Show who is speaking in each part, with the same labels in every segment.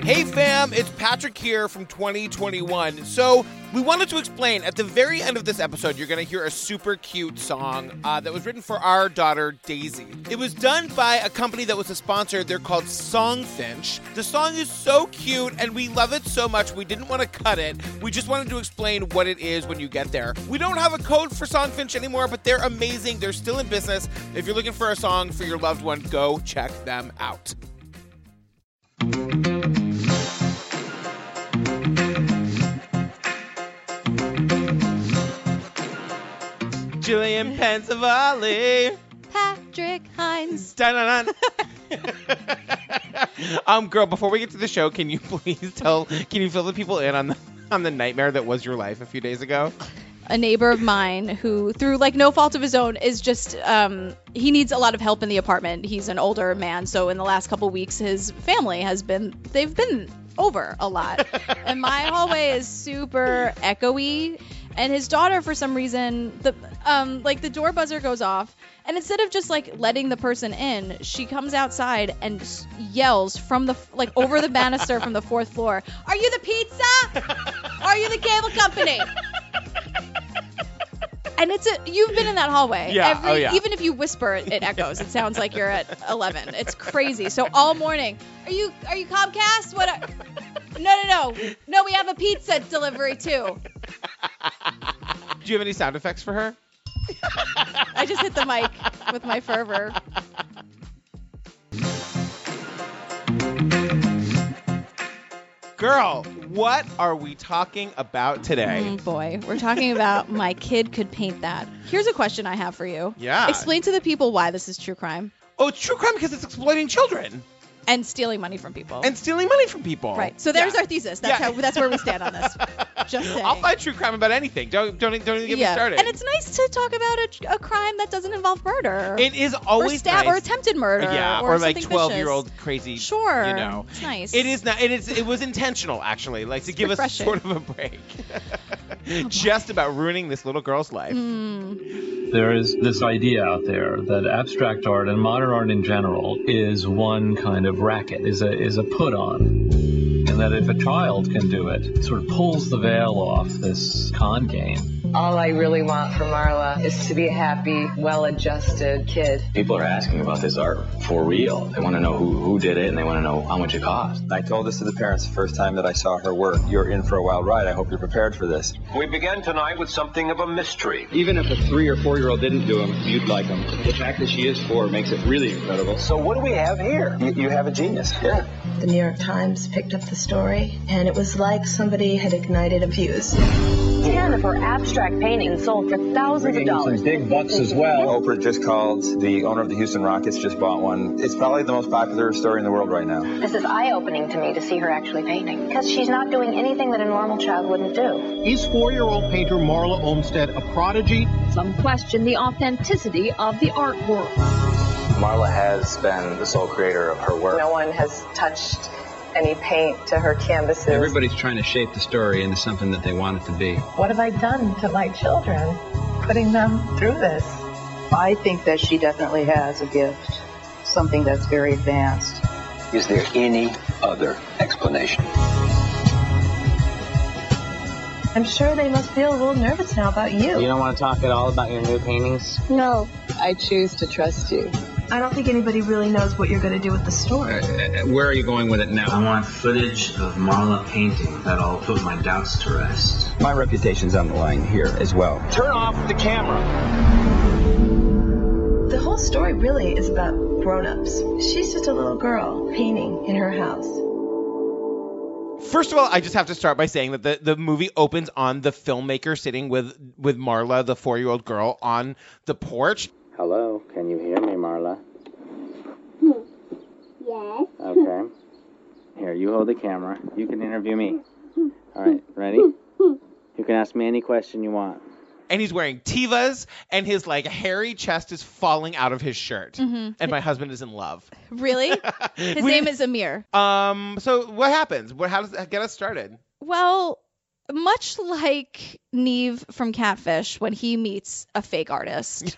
Speaker 1: Um, it's Patrick here from 2021. So we wanted to explain at the very end of this episode, you're going to hear a super cute song uh, that was written for our daughter Daisy. It was done by a company that was a sponsor. They're called Songfinch. The song is so cute and we love it so much. We didn't want to cut it. We just wanted to explain what it is when you get there. We don't have a code for Songfinch anymore, but they're amazing. They're still in business. If you're looking for a song for your loved one, go check them out. Julian Panzavalli.
Speaker 2: Patrick Hines.
Speaker 1: Dun-dun-dun. um, girl, before we get to the show, can you please tell? Can you fill the people in on the on the nightmare that was your life a few days ago?
Speaker 2: a neighbor of mine who through like no fault of his own is just um he needs a lot of help in the apartment he's an older man so in the last couple weeks his family has been they've been over a lot and my hallway is super echoey and his daughter for some reason the um like the door buzzer goes off and instead of just like letting the person in she comes outside and s- yells from the f- like over the banister from the fourth floor are you the pizza are you the cable company and it's a you've been in that hallway.
Speaker 1: Yeah,
Speaker 2: Every,
Speaker 1: oh yeah.
Speaker 2: Even if you whisper, it, it echoes. It sounds like you're at eleven. It's crazy. So all morning, are you are you Comcast? What? Are, no, no, no, no. We have a pizza delivery too.
Speaker 1: Do you have any sound effects for her?
Speaker 2: I just hit the mic with my fervor.
Speaker 1: Girl, what are we talking about today?
Speaker 2: Mm, boy, we're talking about my kid could paint that. Here's a question I have for you.
Speaker 1: Yeah.
Speaker 2: Explain to the people why this is true crime
Speaker 1: Oh, it's true crime because it's exploiting children
Speaker 2: and stealing money from people.
Speaker 1: and stealing money from people.
Speaker 2: right. So there's
Speaker 1: Yeah.
Speaker 2: our thesis. That's
Speaker 1: Yeah.
Speaker 2: how. That's where we stand on this. Just saying.
Speaker 1: I'll fight true crime about anything. Don't don't don't even get me started.
Speaker 2: And it's nice to talk about a, a crime that doesn't involve murder.
Speaker 1: it is
Speaker 2: or
Speaker 1: always
Speaker 2: stab
Speaker 1: nice.
Speaker 2: or attempted murder.
Speaker 1: yeah,
Speaker 2: or,
Speaker 1: like
Speaker 2: something
Speaker 1: twelve
Speaker 2: vicious.
Speaker 1: year old crazy.
Speaker 2: Sure.
Speaker 1: you know.
Speaker 2: It's nice.
Speaker 1: It is not. It is. It was intentional, actually, like to give
Speaker 2: refreshing.
Speaker 1: us sort of a break, just about ruining this little girl's life.
Speaker 2: Mm,
Speaker 3: There is this idea out there that abstract art and modern art in general is one kind of racket, is a is a put on. And that if a child can do it, it sort of pulls the veil off this con game.
Speaker 4: All I really want for Marla is to be a happy, well adjusted kid.
Speaker 5: People are asking about this art for real. They want to know who, who did it and they want to know how much it cost.
Speaker 6: I told this to the parents the first time that I saw her work. You're in for a wild ride. I hope you're prepared for this.
Speaker 7: We began tonight with something of a mystery.
Speaker 6: Even if a three or four year old didn't do them, you'd like them. The fact that she is four makes it really incredible.
Speaker 7: So what do we have here?
Speaker 6: You, you have a genius. Yeah.
Speaker 8: The New York Times picked up the story, and it was like somebody had ignited a fuse.
Speaker 9: Ten of her abstract paintings sold for thousands of dollars.
Speaker 3: big bucks as well.
Speaker 6: Oprah just called. The owner of the Houston Rockets just bought one. It's probably the most popular story in the world right now.
Speaker 9: This is eye-opening to me to see her actually painting because she's not doing anything that a normal child wouldn't do.
Speaker 10: Is four year old painter Marla Olmsted a prodigy?
Speaker 9: Some question the authenticity of the artwork.
Speaker 5: Marla has been the sole creator of her work.
Speaker 4: No one has touched any paint to her canvases.
Speaker 6: Everybody's trying to shape the story into something that they want it to be.
Speaker 4: What have I done to my children, putting them through this? I think that she definitely has a gift, something that's very advanced.
Speaker 6: Is there any other explanation?
Speaker 8: I'm sure they must feel a little nervous now about you.
Speaker 5: don't want to talk at all about your new paintings?
Speaker 9: No.
Speaker 4: I choose to trust you.
Speaker 8: I don't think anybody really knows what you're going to do with the story.
Speaker 6: Uh, Where are you going with it now?
Speaker 5: I want footage of Marla painting that'll put my doubts to rest.
Speaker 6: My reputation's on the line here as well.
Speaker 7: Turn off the camera.
Speaker 8: The whole story really is about grown ups. She's just a little girl painting in her house.
Speaker 1: First of all, I just have to start by saying that the, the movie opens on the filmmaker sitting with with Marla, the four year old girl, on the porch.
Speaker 5: Hello, can you hear me, Marla?
Speaker 9: Yes.
Speaker 5: Okay. Here, you hold the camera. You can interview me. All right, ready? You can ask me any question you want.
Speaker 1: And he's wearing tivas, and his like hairy chest is falling out of his shirt.
Speaker 2: Mm-hmm.
Speaker 1: And my husband is in love.
Speaker 2: really? His
Speaker 1: We-
Speaker 2: name is Amir.
Speaker 1: Um. So what happens? What? How does that get us started?
Speaker 2: Well, much like Neve from Catfish when he meets a fake artist,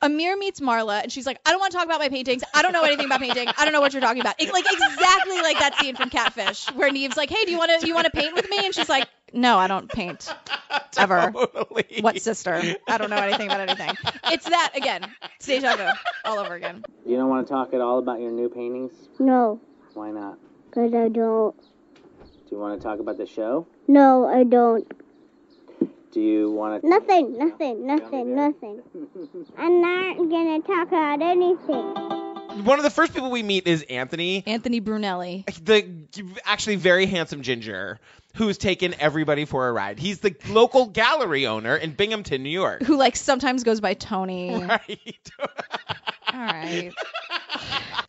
Speaker 2: Amir meets Marla and she's like, I don't want to talk about my paintings. I don't know anything about painting. I don't know what you're talking about. It's like exactly like that scene from Catfish where Neve's like, Hey, do you want to you want to paint with me? And she's like, No, I don't paint ever. What sister? I don't know anything about anything. It's that again, deja vu all over again.
Speaker 5: You don't want to talk at all about your new paintings?
Speaker 11: No,
Speaker 5: Why not?
Speaker 11: because I don't.
Speaker 5: Do you want to talk about the show?
Speaker 11: No, I don't.
Speaker 5: Do you want to?
Speaker 11: Nothing, nothing, nothing, nothing. I'm not gonna talk about anything.
Speaker 1: One of the first people we meet is Anthony,
Speaker 2: Anthony Brunelli.
Speaker 1: the actually very handsome ginger who's taken everybody for a ride. He's the local gallery owner in Binghamton, New York.
Speaker 2: Who like sometimes goes by Tony. All right.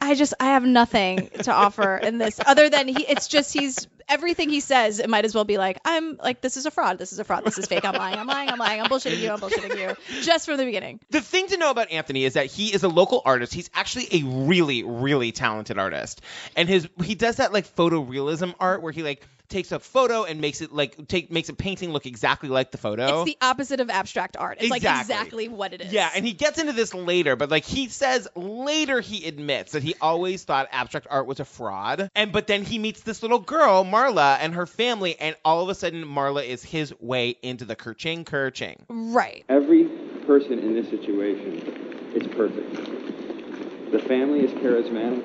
Speaker 2: I just I have nothing to offer in this other than he it's just he's everything he says it might as well be like I'm like this is a fraud this is a fraud this is fake I'm lying I'm lying I'm lying I'm bullshitting you I'm bullshitting you just from the beginning.
Speaker 1: The thing to know about Anthony is that he is a local artist. He's actually a really, really talented artist, and his he does that like photorealism art where he like takes a photo and makes it like take makes a painting look exactly like the photo.
Speaker 2: It's the opposite of abstract art. It's like
Speaker 1: Exactly.
Speaker 2: exactly what it is.
Speaker 1: yeah, and he gets into this later, but like he says later, he admits that he always thought abstract art was a fraud. And but then he meets this little girl, Marla, and her family, and all of a sudden, Marla is his way into the kerching, kerching.
Speaker 2: Right.
Speaker 12: Every person in this situation is perfect. The family is charismatic.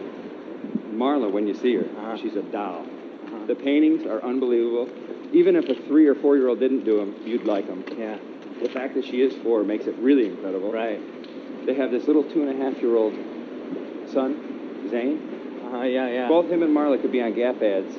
Speaker 12: Marla, when you see her, she's a doll. The paintings are unbelievable. Even if a three or four year old didn't do them, you'd like them. Yeah. The fact that she is four makes it really incredible. Right. They have this little two and a half year old son, Zane. Uh huh, yeah, yeah. Both him and Marla could be on Gap ads.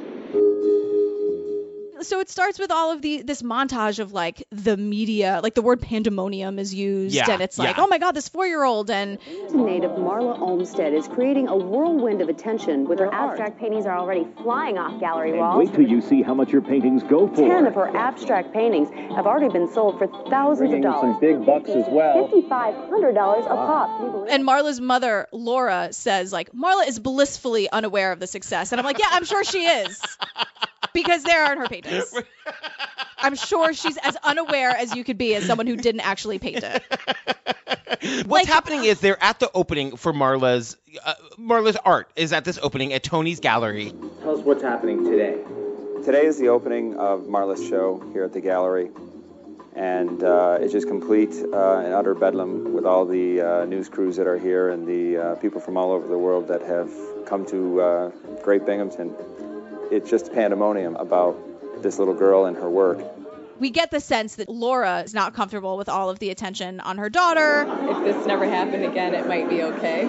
Speaker 2: so it starts with all of the this montage of like the media, like the word pandemonium is used,
Speaker 6: Yeah,
Speaker 2: and it's like,
Speaker 6: yeah.
Speaker 2: oh my god, this four year old, and
Speaker 6: Native Marla Olmsted is creating a whirlwind of attention with her art.
Speaker 9: Abstract paintings are already flying off gallery
Speaker 13: And
Speaker 9: walls.
Speaker 13: wait till you see how much your paintings go for.
Speaker 6: Ten of her abstract paintings have already been sold for thousands of
Speaker 13: Bringing
Speaker 6: dollars.
Speaker 13: some big bucks as well.
Speaker 6: Fifty-five hundred dollars a pop. Can you believe
Speaker 2: and Marla's mother Laura says like Marla is blissfully unaware of the success, and I'm like, yeah, I'm sure she is, because there aren't her paintings. I'm sure she's as unaware as you could be as someone who didn't actually paint it.
Speaker 1: What's happening is they're at the opening for Marla's uh, Marla's art is at this opening at Tony's gallery.
Speaker 5: Tell us what's happening today.
Speaker 14: Today is the opening of Marla's show here at the gallery, and uh, it's just complete uh, and utter bedlam with all the uh, news crews that are here and the uh, people from all over the world that have come to uh, Great Binghamton. It's just pandemonium about this little girl and her work.
Speaker 2: We get the sense that Laura is not comfortable with all of the attention on her daughter.
Speaker 15: If this never happened again, it might be okay.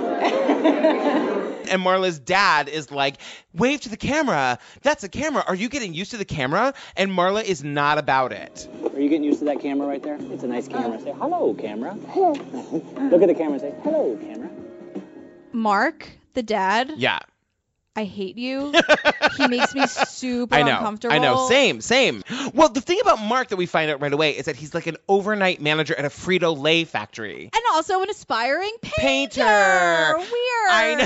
Speaker 1: And Marla's dad is like, "Wave to the camera. That's a camera. Are you getting used to the camera?" And Marla is not about it.
Speaker 5: Are you getting used to that camera right there? It's a nice camera. Say hello, camera. Look at the camera and say hello, camera.
Speaker 2: Mark, the dad,
Speaker 1: Yeah,
Speaker 2: I hate you. he makes me super
Speaker 1: I know.
Speaker 2: uncomfortable.
Speaker 1: I know. Same, same. Well, the thing about Mark that we find out right away is that he's like an overnight manager at a Frito Lay factory.
Speaker 2: And also an aspiring painter.
Speaker 1: Painter.
Speaker 2: Weird.
Speaker 1: I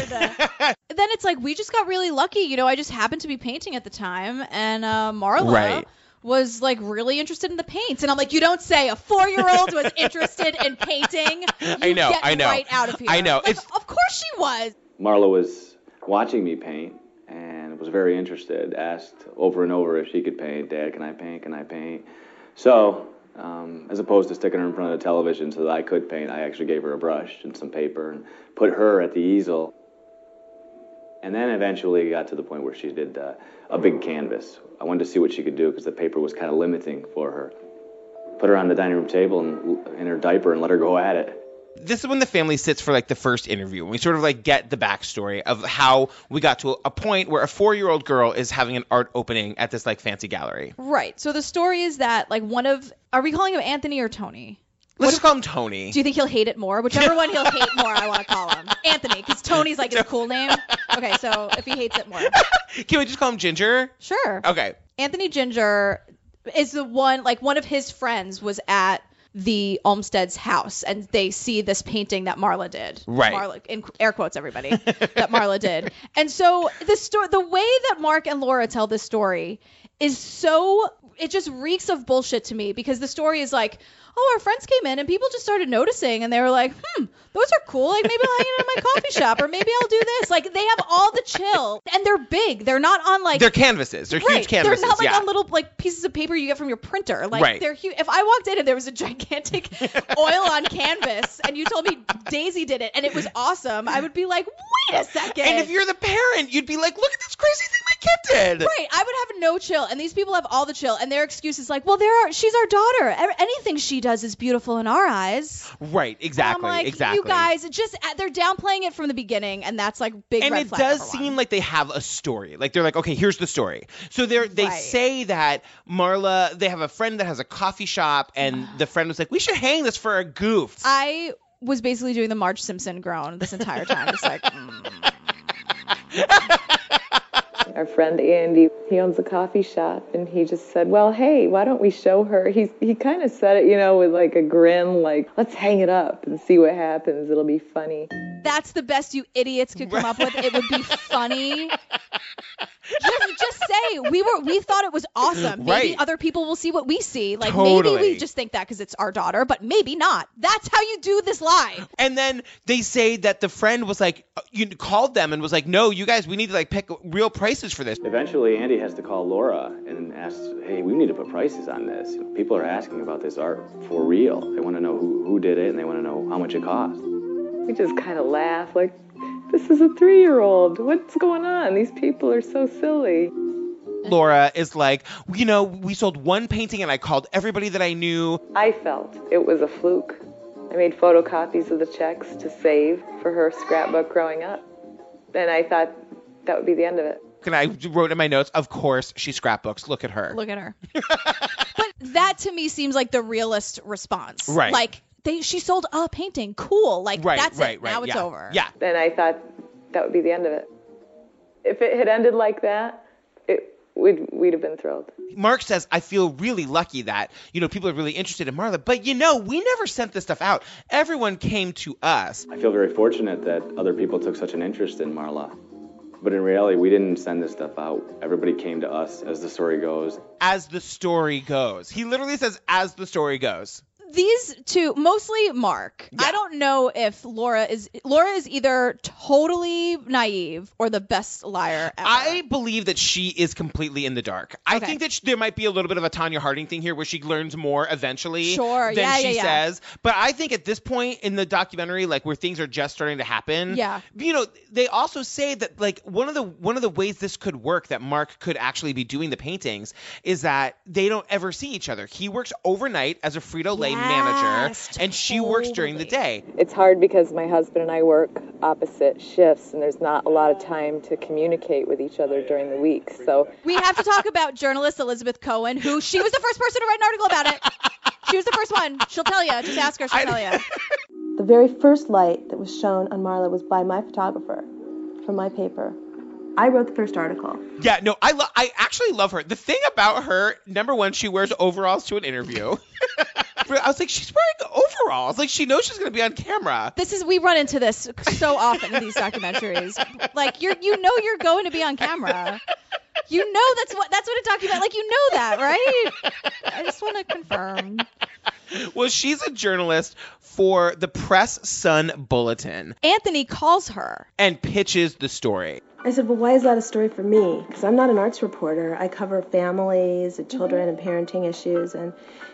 Speaker 2: know. then it's like we just got really lucky. You know, I just happened to be painting at the time, and uh, Marla
Speaker 1: Right.
Speaker 2: was like really interested in the paints, and I'm like, you don't say. A four year old was interested in painting. You
Speaker 5: I know,
Speaker 2: Get
Speaker 5: I know.
Speaker 2: Right out of here.
Speaker 5: I know.
Speaker 2: Like, of course she was.
Speaker 12: Marla was watching me paint and was very interested. Asked over and over if she could paint. Dad, can I paint? Can I paint? So, um, as opposed to sticking her in front of the television so that I could paint, I actually gave her a brush and some paper and put her at the easel. And then eventually it got to the point where she did uh, a big canvas. I wanted to see what she could do because the paper was kind of limiting for her. Put her on the dining room table and in her diaper and let her go at it.
Speaker 1: this is when the family sits for like the first interview and we sort of like get the backstory of how we got to a point where a four-year-old girl is having an art opening at this like fancy gallery
Speaker 2: Right. So the story is that like one of are we calling him Anthony or Tony?
Speaker 1: let's just call him tony
Speaker 2: Do you think he'll hate it more? Whichever one he'll hate more, I want to call him Anthony because Tony's like his cool name. Okay, so if he hates it more,
Speaker 1: can we just call him ginger
Speaker 2: sure.
Speaker 1: okay
Speaker 2: Anthony Ginger is the one, like one of his friends was at the Olmstead's house and they see this painting that Marla did.
Speaker 6: Right.
Speaker 2: Marla, in air quotes, everybody, that Marla did. And so the story, the way that Mark and Laura tell this story is so it just reeks of bullshit to me because the story is like, oh, our friends came in and people just started noticing and they were like, hmm, those are cool. Like maybe I'll hang out in my coffee shop or maybe I'll do this. Like they have all the chill and they're big. They're not on like
Speaker 1: they're canvases. They're
Speaker 2: right.
Speaker 1: huge canvases.
Speaker 2: They're not like
Speaker 1: yeah.
Speaker 2: on little like pieces of paper you get from your printer. Like
Speaker 1: Right.
Speaker 2: they're huge. If I walked in and there was a gigantic oil on canvas and you told me Daisy did it and it was awesome, I would be like, wait a second.
Speaker 1: and if you're the parent, you'd be like, look at this crazy thing my kid did.
Speaker 2: Right. I would have no chill, and these people have all the chill, and their excuse is like, "Well, there are. She's our daughter. E- Anything she does is beautiful in our eyes."
Speaker 1: Right, exactly,
Speaker 2: I'm like,
Speaker 1: exactly.
Speaker 2: you guys, it just uh, they're downplaying it from the beginning, and that's like big
Speaker 1: and
Speaker 2: red
Speaker 1: it
Speaker 2: flag number
Speaker 1: does
Speaker 2: one.
Speaker 1: seem like they have a story. Like they're like, okay, here's the story. So they are they
Speaker 2: Right.
Speaker 1: say that Marla, they have a friend that has a coffee shop, and the friend was like, we should hang this for a goof.
Speaker 2: I was basically doing the Marge Simpson groan this entire time. It's like,
Speaker 4: Our friend Andy, he owns a coffee shop, and he just said, "Well, hey, why don't we show her?" He he kind of said it, you know, with like a grin, like, "Let's hang it up and see what happens. It'll be funny."
Speaker 2: that's the best you idiots could come up with. It would be funny. just, just say we were we thought it was awesome. Maybe
Speaker 1: Right.
Speaker 2: other people will see what we see. Like maybe
Speaker 1: Totally.
Speaker 2: we just think that because it's our daughter, but maybe not. That's how you do this lie.
Speaker 1: And then they say that the friend was like, uh, you called them and was like, no, you guys, we need to like pick real prices for this.
Speaker 12: Eventually, Andy has to call Laura and asks, "Hey, we need to put prices on this. You know, people are asking about this art for real. They want to know who, who did it and they want to know how much it cost."
Speaker 4: We just kind of laugh, like, "This is a three-year-old. What's going on? These people are so silly."
Speaker 2: Mm.
Speaker 1: Laura is like, you know, we sold one painting and I called everybody that I knew.
Speaker 4: I felt it was a fluke. I made photocopies of the checks to save for her scrapbook growing up, and I thought that would be the end of it.
Speaker 1: And I wrote in my notes, of course, she scrapbooks. Look at her.
Speaker 2: Look at her. but that to me seems like the realist response.
Speaker 1: Right.
Speaker 2: Like they she sold a painting. Cool. Like
Speaker 1: Right,
Speaker 2: that's
Speaker 1: right,
Speaker 2: it.
Speaker 1: right.
Speaker 2: now it's
Speaker 1: yeah.
Speaker 2: over.
Speaker 1: Yeah.
Speaker 4: And I thought that would be the end of it. If it had ended like that, it, we'd, we'd have been thrilled.
Speaker 1: Mark says, I feel really lucky that, you know, people are really interested in Marla. But, you know, we never sent this stuff out. Everyone came to us.
Speaker 12: I feel very fortunate that other people took such an interest in Marla. But in reality, we didn't send this stuff out. Everybody came to us, as the story goes.
Speaker 1: As the story goes. He literally says, as the story goes.
Speaker 2: These two, mostly Mark. I don't know if Laura is Laura is either totally naive or the best liar ever.
Speaker 1: I believe that she is completely in the dark. I think that sh there might be a little bit of a Tanya Harding thing here where she learns more eventually
Speaker 2: Sure,
Speaker 1: than
Speaker 2: yeah,
Speaker 1: she
Speaker 2: yeah, yeah.
Speaker 1: says. But I think at this point in the documentary, like where things are just starting to happen,
Speaker 2: Yeah.
Speaker 1: you know, they also say that like one of the one of the ways this could work that Mark could actually be doing the paintings is that they don't ever see each other. He works overnight as a Frito Lay manager, and she works during the day.
Speaker 4: It's hard because my husband and I work opposite shifts, and there's not a lot of time to communicate with each other during the week. So
Speaker 2: We have to talk about journalist Elizabeth Cohen, who she was the first person to write an article about it. She was the first one. She'll tell you. Just ask her. She'll tell you.
Speaker 8: The very first light that was shown on Marla was by my photographer from my paper. I wrote the first article.
Speaker 1: Yeah, no, I lo- I actually love her. The thing about her, number one, she wears overalls to an interview. I was like, she's wearing overalls. Like she knows she's gonna be on camera.
Speaker 2: This is we run into this so often in these documentaries. Like you are you know you're going to be on camera. You know that's what that's what a document like you know that, right? I just want to confirm.
Speaker 1: Well, she's a journalist for the Press Sun Bulletin
Speaker 2: Anthony calls her.
Speaker 1: and pitches the story.
Speaker 8: I said, Well, why is that a story for me? Because I'm not an arts reporter. I cover families and children and parenting issues. And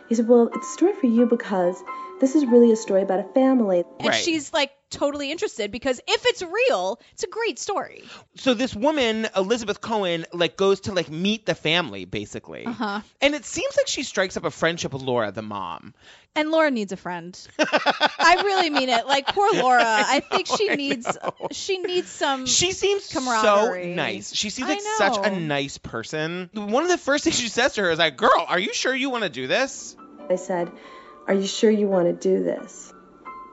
Speaker 8: he said, Well, it's a story for you because this is really a story about a family.
Speaker 2: And she's like totally interested because if it's real, it's a great story.
Speaker 1: So this woman, Elizabeth Cohen, like goes to like meet the family basically.
Speaker 2: Uh-huh.
Speaker 1: And it seems like she strikes up a friendship with Laura, the mom.
Speaker 2: And Laura needs a friend. I really mean it. Like poor Laura. I, think she needs she needs some
Speaker 1: She seems
Speaker 2: camaraderie.
Speaker 1: So nice. She seems
Speaker 2: I
Speaker 1: like such a
Speaker 2: know.
Speaker 1: nice person. One of the first things she says to her is like, "Girl, are you sure you want to do this?"
Speaker 8: I said, Are you sure you want to do this?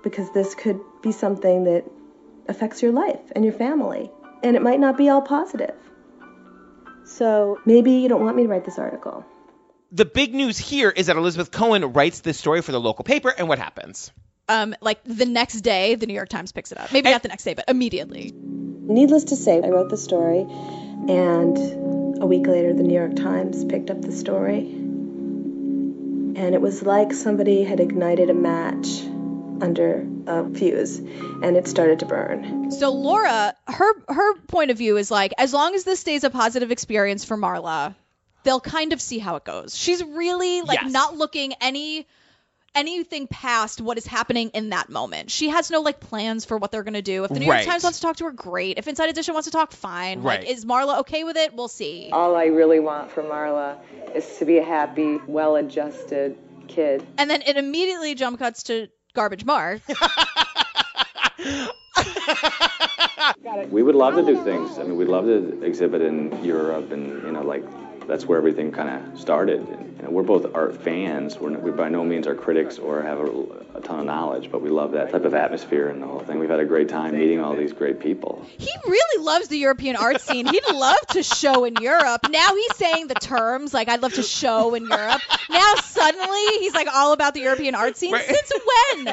Speaker 8: Because this could be something that affects your life and your family. And it might not be all positive. So maybe you don't want me to write this article.
Speaker 1: The big news here is that Elizabeth Cohen writes this story for the local paper, and what happens?
Speaker 2: Um, like the next day, the New York Times picks it up. Maybe not the next day, but immediately.
Speaker 8: Needless to say, I wrote the story and A week later, the New York Times picked up the story, and it was like somebody had ignited a match under a fuse, and it started to burn.
Speaker 2: So Laura, her her point of view is like, as long as this stays a positive experience for Marla, they'll kind of see how it goes. She's really like
Speaker 16: Yes.
Speaker 2: not looking any anything past what is happening in that moment. She has no like plans for what they're gonna do. If the New
Speaker 4: Right.
Speaker 2: York Times wants to talk to her, great. If Inside Edition wants to talk, fine.
Speaker 4: Right.
Speaker 2: Like, is Marla okay with it? We'll see.
Speaker 4: All I really want for Marla is to be a happy, well adjusted kid.
Speaker 2: And then it immediately jump cuts to Garbage Mark.
Speaker 12: We would love to do things. I mean, we'd love to exhibit in Europe, and you know, like that's where everything kind of started. And, you know, we're both art fans. We're, we by no means are critics or have a, a ton of knowledge, but we love that type of atmosphere and the whole thing. We've had a great time meeting all these great people.
Speaker 2: He really loves the European art scene. He'd love to show in Europe. Now he's saying the terms like I'd love to show in Europe. Now suddenly he's like all about the European art scene. Since when?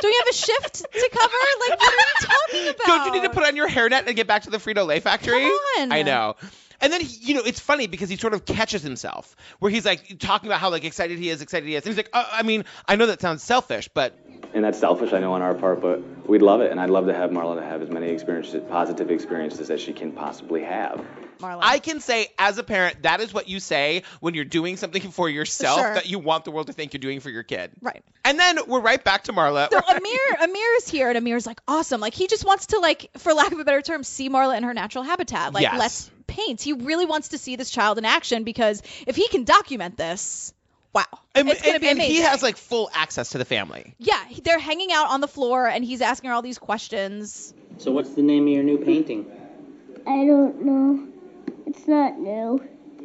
Speaker 2: Do we have a shift to cover? Like what are we talking about?
Speaker 1: Don't you need to put on your hairnet and get back to the Frito Lay factory?
Speaker 2: Oh. Come on.
Speaker 1: I know. And then he, you know it's funny because he sort of catches himself where he's like talking about how like excited he is, excited he is, and he's like, uh, I mean, I know that sounds selfish, but
Speaker 12: And that's selfish, I know, on our part, but we'd love it, and I'd love to have Marla to have as many experiences, positive experiences, as she can possibly have.
Speaker 1: I can say as a parent that is what you say when you're doing something for yourself
Speaker 2: Sure.
Speaker 1: that you want the world to think you're doing for your kid.
Speaker 2: Right.
Speaker 1: And then we're right back to Marla.
Speaker 2: So Amir Amir is here and Amir's like awesome. Like he just wants to like for lack of a better term see Marla in her natural habitat. Like
Speaker 1: Yes.
Speaker 2: let's paint. He really wants to see this child in action because if he can document this, wow.
Speaker 1: and,
Speaker 2: it's gonna
Speaker 1: and-
Speaker 2: be
Speaker 1: and
Speaker 2: amazing.
Speaker 1: he has like full access to the family.
Speaker 2: Yeah, he- they're hanging out on the floor and he's asking her all these questions.
Speaker 5: So, what's the name of your new painting?
Speaker 11: I don't know. It's not new.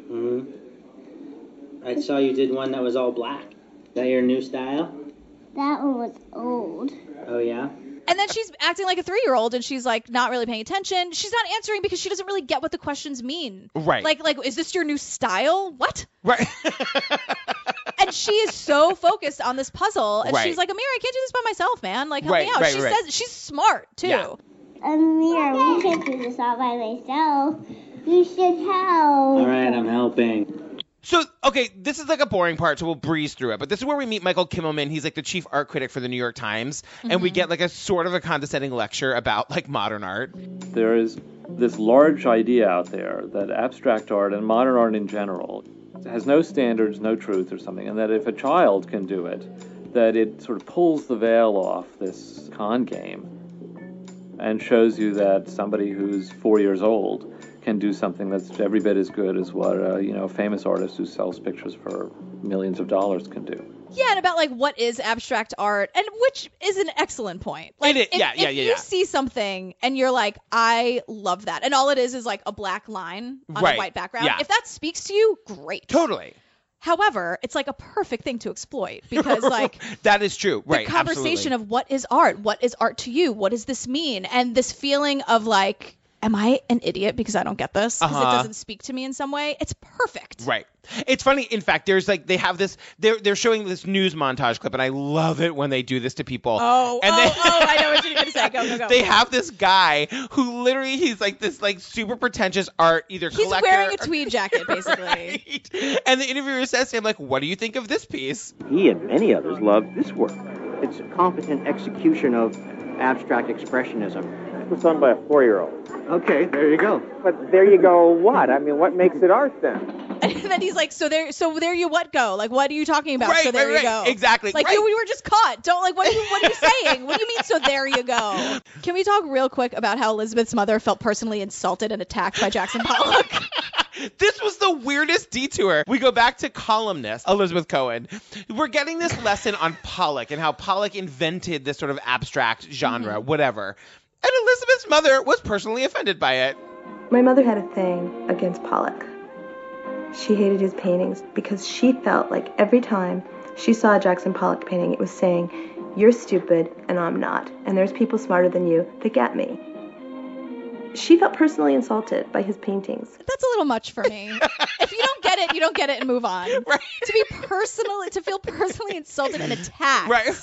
Speaker 5: hmm Mm-hmm. I saw you did one that was all black. Is that your new style?
Speaker 11: That one was old.
Speaker 5: Oh, yeah?
Speaker 2: And then she's acting like a three year old and she's like not really paying attention. She's not answering because she doesn't really get what the questions mean.
Speaker 1: Right.
Speaker 2: Like like is this your new style? What?
Speaker 1: Right.
Speaker 2: and she is so focused on this puzzle and
Speaker 11: Right.
Speaker 2: she's like, Amir, I can't do this by myself, man. Like help
Speaker 11: Right,
Speaker 2: me out.
Speaker 11: right,
Speaker 2: she
Speaker 11: right.
Speaker 2: says she's smart too.
Speaker 11: Yeah. Amir, we can't do this all by myself. You should help.
Speaker 5: I'm helping.
Speaker 1: So, okay, this is like a boring part, so we'll breeze through it. But this is where we meet Michael Kimmelman. He's like the chief art critic for the New York Times. And
Speaker 2: Mm-hmm.
Speaker 1: we get like a sort of a condescending lecture about like modern art.
Speaker 3: There is this large idea out there that abstract art and modern art in general has no standards, no truth, or something, and that if a child can do it, that it sort of pulls the veil off this con game and shows you that somebody who's four years old can do something that's every bit as good as what a you know famous artist who sells pictures for millions of dollars can do.
Speaker 2: Yeah, and about like what is abstract art, and which is an excellent point. Like,
Speaker 1: It is-
Speaker 2: if,
Speaker 1: yeah, yeah,
Speaker 2: if
Speaker 1: yeah,
Speaker 2: you
Speaker 1: yeah.
Speaker 2: see something and you're like, I love that, and all it is is like a black line on
Speaker 1: Right,
Speaker 2: a white background.
Speaker 1: yeah.
Speaker 2: If that speaks to you, great.
Speaker 1: Totally.
Speaker 2: However, it's like a perfect thing to exploit because like
Speaker 1: that is true. Right.
Speaker 2: the conversation
Speaker 1: absolutely.
Speaker 2: of what is art, what is art to you, what does this mean, and this feeling of like, am I an idiot because I don't get this because
Speaker 1: Uh-huh.
Speaker 2: it doesn't speak to me in some way? It's perfect.
Speaker 1: Right. It's funny. In fact, there's like they have this. They're they're showing this news montage clip, and I love it when they do this to people.
Speaker 2: Oh,
Speaker 1: and
Speaker 2: oh,
Speaker 1: they,
Speaker 2: oh, I know what you're gonna say. Go, go, go.
Speaker 1: They have this guy who literally he's like this like super pretentious art either
Speaker 2: He's
Speaker 1: collector.
Speaker 2: wearing a tweed jacket basically.
Speaker 1: and the interviewer says to him like, "What do you think of this piece?"
Speaker 17: He and many others loved this work. It's a competent execution of abstract expressionism.
Speaker 18: It was done by a four-year-old.
Speaker 17: Okay, there you go.
Speaker 18: But there you go. What? I mean, what makes it art then?
Speaker 2: And then he's like, so there, so there you what go? Like, what are you talking about?
Speaker 1: Right,
Speaker 2: so there
Speaker 1: right,
Speaker 2: you
Speaker 1: right.
Speaker 2: go.
Speaker 1: Exactly,
Speaker 2: Like
Speaker 1: right.
Speaker 2: you, you were just caught. Don't like what are you, what are you saying? what do you mean? So there you go. Can we talk real quick about how Elizabeth's mother felt personally insulted and attacked by Jackson Pollock?
Speaker 1: This was the weirdest detour. We go back to columnist Elizabeth Cohen. We're getting this lesson on Pollock and how Pollock invented this sort of abstract genre,
Speaker 2: Mm-hmm.
Speaker 1: whatever. And Elizabeth's mother was personally offended by it.
Speaker 8: My mother had a thing against Pollock. She hated his paintings because she felt like every time she saw a Jackson Pollock painting, it was saying, You're stupid and I'm not, and there's people smarter than you that get me. She felt personally insulted by his paintings.
Speaker 2: That's a little much for me. if you don't get it, you don't get it and move on. Right. To be personal, to feel personally insulted and attacked.
Speaker 1: Right.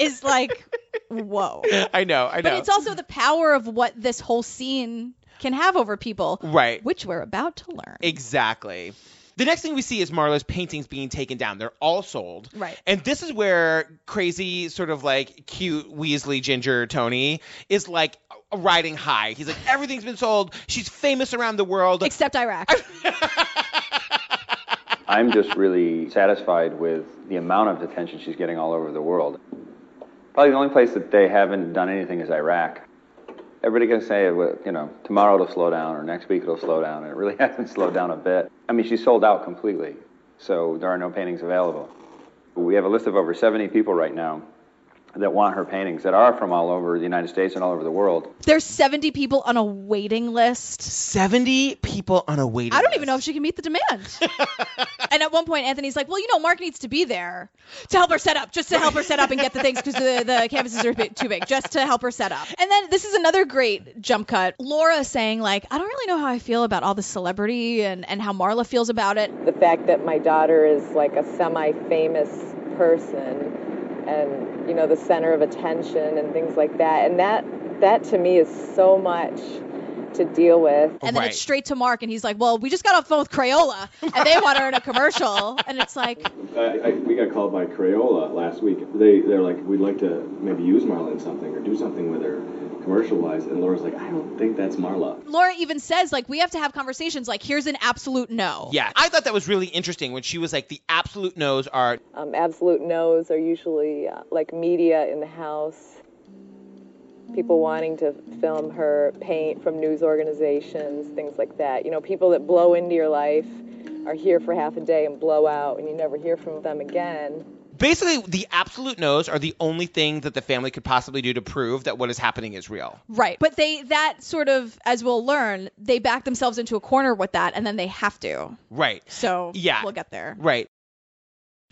Speaker 2: Is like, whoa.
Speaker 1: I know, I know.
Speaker 2: But it's also the power of what this whole scene can have over people,
Speaker 1: Right.
Speaker 2: which we're about to learn.
Speaker 1: Exactly. The next thing we see is Marlowe's paintings being taken down. They're all sold.
Speaker 2: Right.
Speaker 1: And this is where crazy, sort of like cute Weasley Ginger Tony is like riding high. He's like, everything's been sold. She's famous around the world.
Speaker 2: Except Iraq.
Speaker 16: I'm just really satisfied with the amount of attention she's getting all over the world. Probably the only place that they haven't done anything is Iraq. Everybody can say, well, you know, tomorrow it'll slow down or next week it'll slow down. and It really hasn't slowed down a bit. I mean, she's sold out completely, so there are no paintings available. We have a list of over 70 people right now that want her paintings that are from all over the United States and all over the world.
Speaker 2: There's 70 people on a waiting list.
Speaker 1: 70 people on a waiting
Speaker 2: I don't even know if she can meet the demand. and at one point, Anthony's like, well, you know, Mark needs to be there to help her set up, just to help her set up and get the things because the, the canvases are bit too big, just to help her set up. And then this is another great jump cut. Laura saying, like, I don't really know how I feel about all the celebrity and, and how Marla feels about it.
Speaker 4: The fact that my daughter is like a semi famous person and, you know, the center of attention and things like that. And that, that to me is so much to deal with.
Speaker 2: And then it's straight to Mark, and he's like, well, we just got off the phone with Crayola, and they want her in a commercial. And it's like,
Speaker 12: I, I, we got called by Crayola last week. They they're like, we'd like to maybe use Marla in something or do something with her commercial wise. And Laura's like, I don't think that's Marla.
Speaker 2: Laura even says, like, we have to have conversations. Like, here's an absolute no.
Speaker 1: Yeah. I thought that was really interesting when she was like, the absolute no's are
Speaker 4: Um, absolute no's are usually uh, like media in the house, people wanting to film her paint from news organizations, things like that. You know, people that blow into your life are here for half a day and blow out, and you never hear from them again.
Speaker 1: basically the absolute no's are the only thing that the family could possibly do to prove that what is happening is real.
Speaker 2: Right. But they, that sort of, as we'll learn, they back themselves into a corner with that, and then they have to.
Speaker 1: Right.
Speaker 2: So
Speaker 1: Yeah.
Speaker 2: we'll get there.
Speaker 1: Right.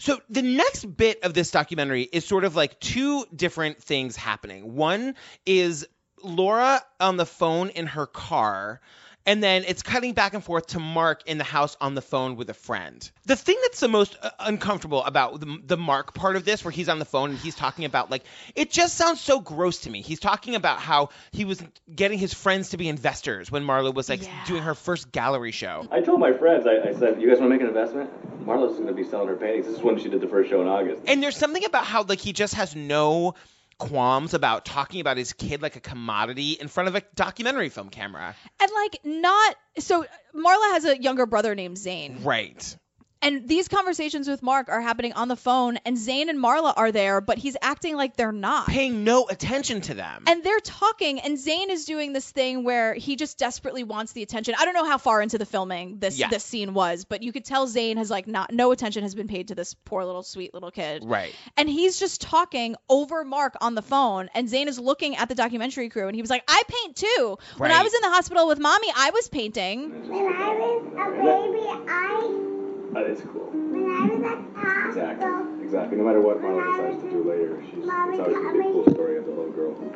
Speaker 1: So the next bit of this documentary is sort of like two different things happening. One is Laura on the phone in her car. And then it's cutting back and forth to Mark in the house on the phone with a friend. The thing that's the most uh, uncomfortable about the, the Mark part of this, where he's on the phone and he's talking about, like, it just sounds so gross to me. He's talking about how he was getting his friends to be investors when Marla was, like, doing her first gallery show.
Speaker 12: I told my friends, I, I said, you guys want to make an investment? Marla's going to be selling her paintings. This is when she did the first show in August.
Speaker 1: And there's something about how like he just has no qualms about talking about his kid like a commodity in front of a documentary film camera.
Speaker 2: And, like, not. So Marla has a younger brother named Zane.
Speaker 1: Right.
Speaker 2: And these conversations with Mark are happening on the phone, and Zane and Marla are there, but he's acting like they're not.
Speaker 1: Paying no attention to them.
Speaker 2: And they're talking, and Zane is doing this thing where he just desperately wants the attention. I don't know how far into the filming this
Speaker 1: Yeah.
Speaker 2: this scene was, but you could tell Zane has like not no attention has been paid to this poor little sweet little kid.
Speaker 1: Right.
Speaker 2: And he's just talking over Mark on the phone, and Zane is looking at the documentary crew, and he was like, "I paint too. When I
Speaker 12: Right.
Speaker 2: was in the hospital with mommy, I was painting."
Speaker 11: When I was a baby, I
Speaker 12: That is Uh, cool.
Speaker 11: when I was at
Speaker 12: Exactly.
Speaker 11: hospital,
Speaker 12: Exactly. No matter what Marla decides to do later, she's it's always going to be a cool story of the little girl who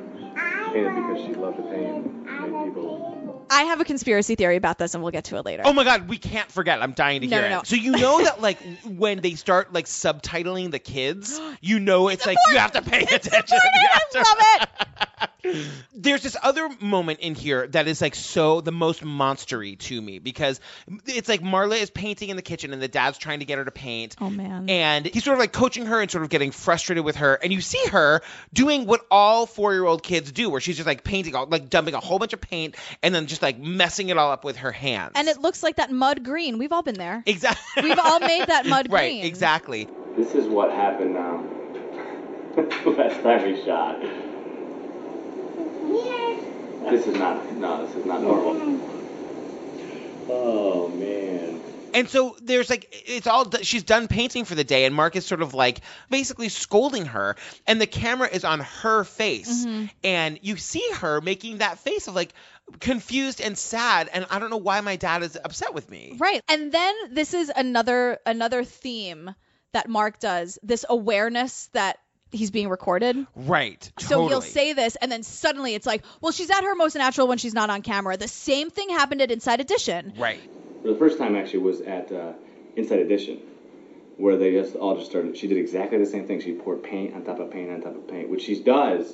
Speaker 12: painted because she loved to paint and made people.
Speaker 2: I have a conspiracy theory about this, and we'll get to it later.
Speaker 1: Oh my god, we can't forget. I'm dying to
Speaker 2: No, no,
Speaker 1: hear it.
Speaker 2: no.
Speaker 1: So you know that like when they start like subtitling the kids, you know it's, like you have to pay attention. You have to- There's this other moment in here that is like so the most monstery to me because it's like Marla is painting in the kitchen and the dad's trying to get her to paint.
Speaker 2: Oh man.
Speaker 1: And he's sort of like coaching her and sort of getting frustrated with her. And you see her doing what all four year old kids do, where she's just like painting, all, like dumping a whole bunch of paint and then just like messing it all up with her hands.
Speaker 2: And it looks like that mud green. We've all been there.
Speaker 1: Exactly.
Speaker 2: We've all made that mud
Speaker 1: right,
Speaker 2: green.
Speaker 1: exactly.
Speaker 12: This is what happened now. Last time we shot. This is not, no, this is not normal. Oh, man.
Speaker 1: And so there's like it's all she's done painting for the day, and Mark is sort of like basically scolding her, and the camera is on her face,
Speaker 2: Mhm.
Speaker 1: and you see her making that face of like confused and sad, and I don't know why my dad is upset with me.
Speaker 2: Right. And then this is another another theme that Mark does, this awareness that he's being recorded.
Speaker 1: Right.
Speaker 2: So he'll say this and then suddenly it's like, well, she's at her most natural when she's not on camera. The same thing happened at Inside Edition.
Speaker 1: Right.
Speaker 12: The first time actually was at uh, Inside Edition, where they just all just started. She did exactly the same thing. She poured paint on top of paint on top of paint, which she does,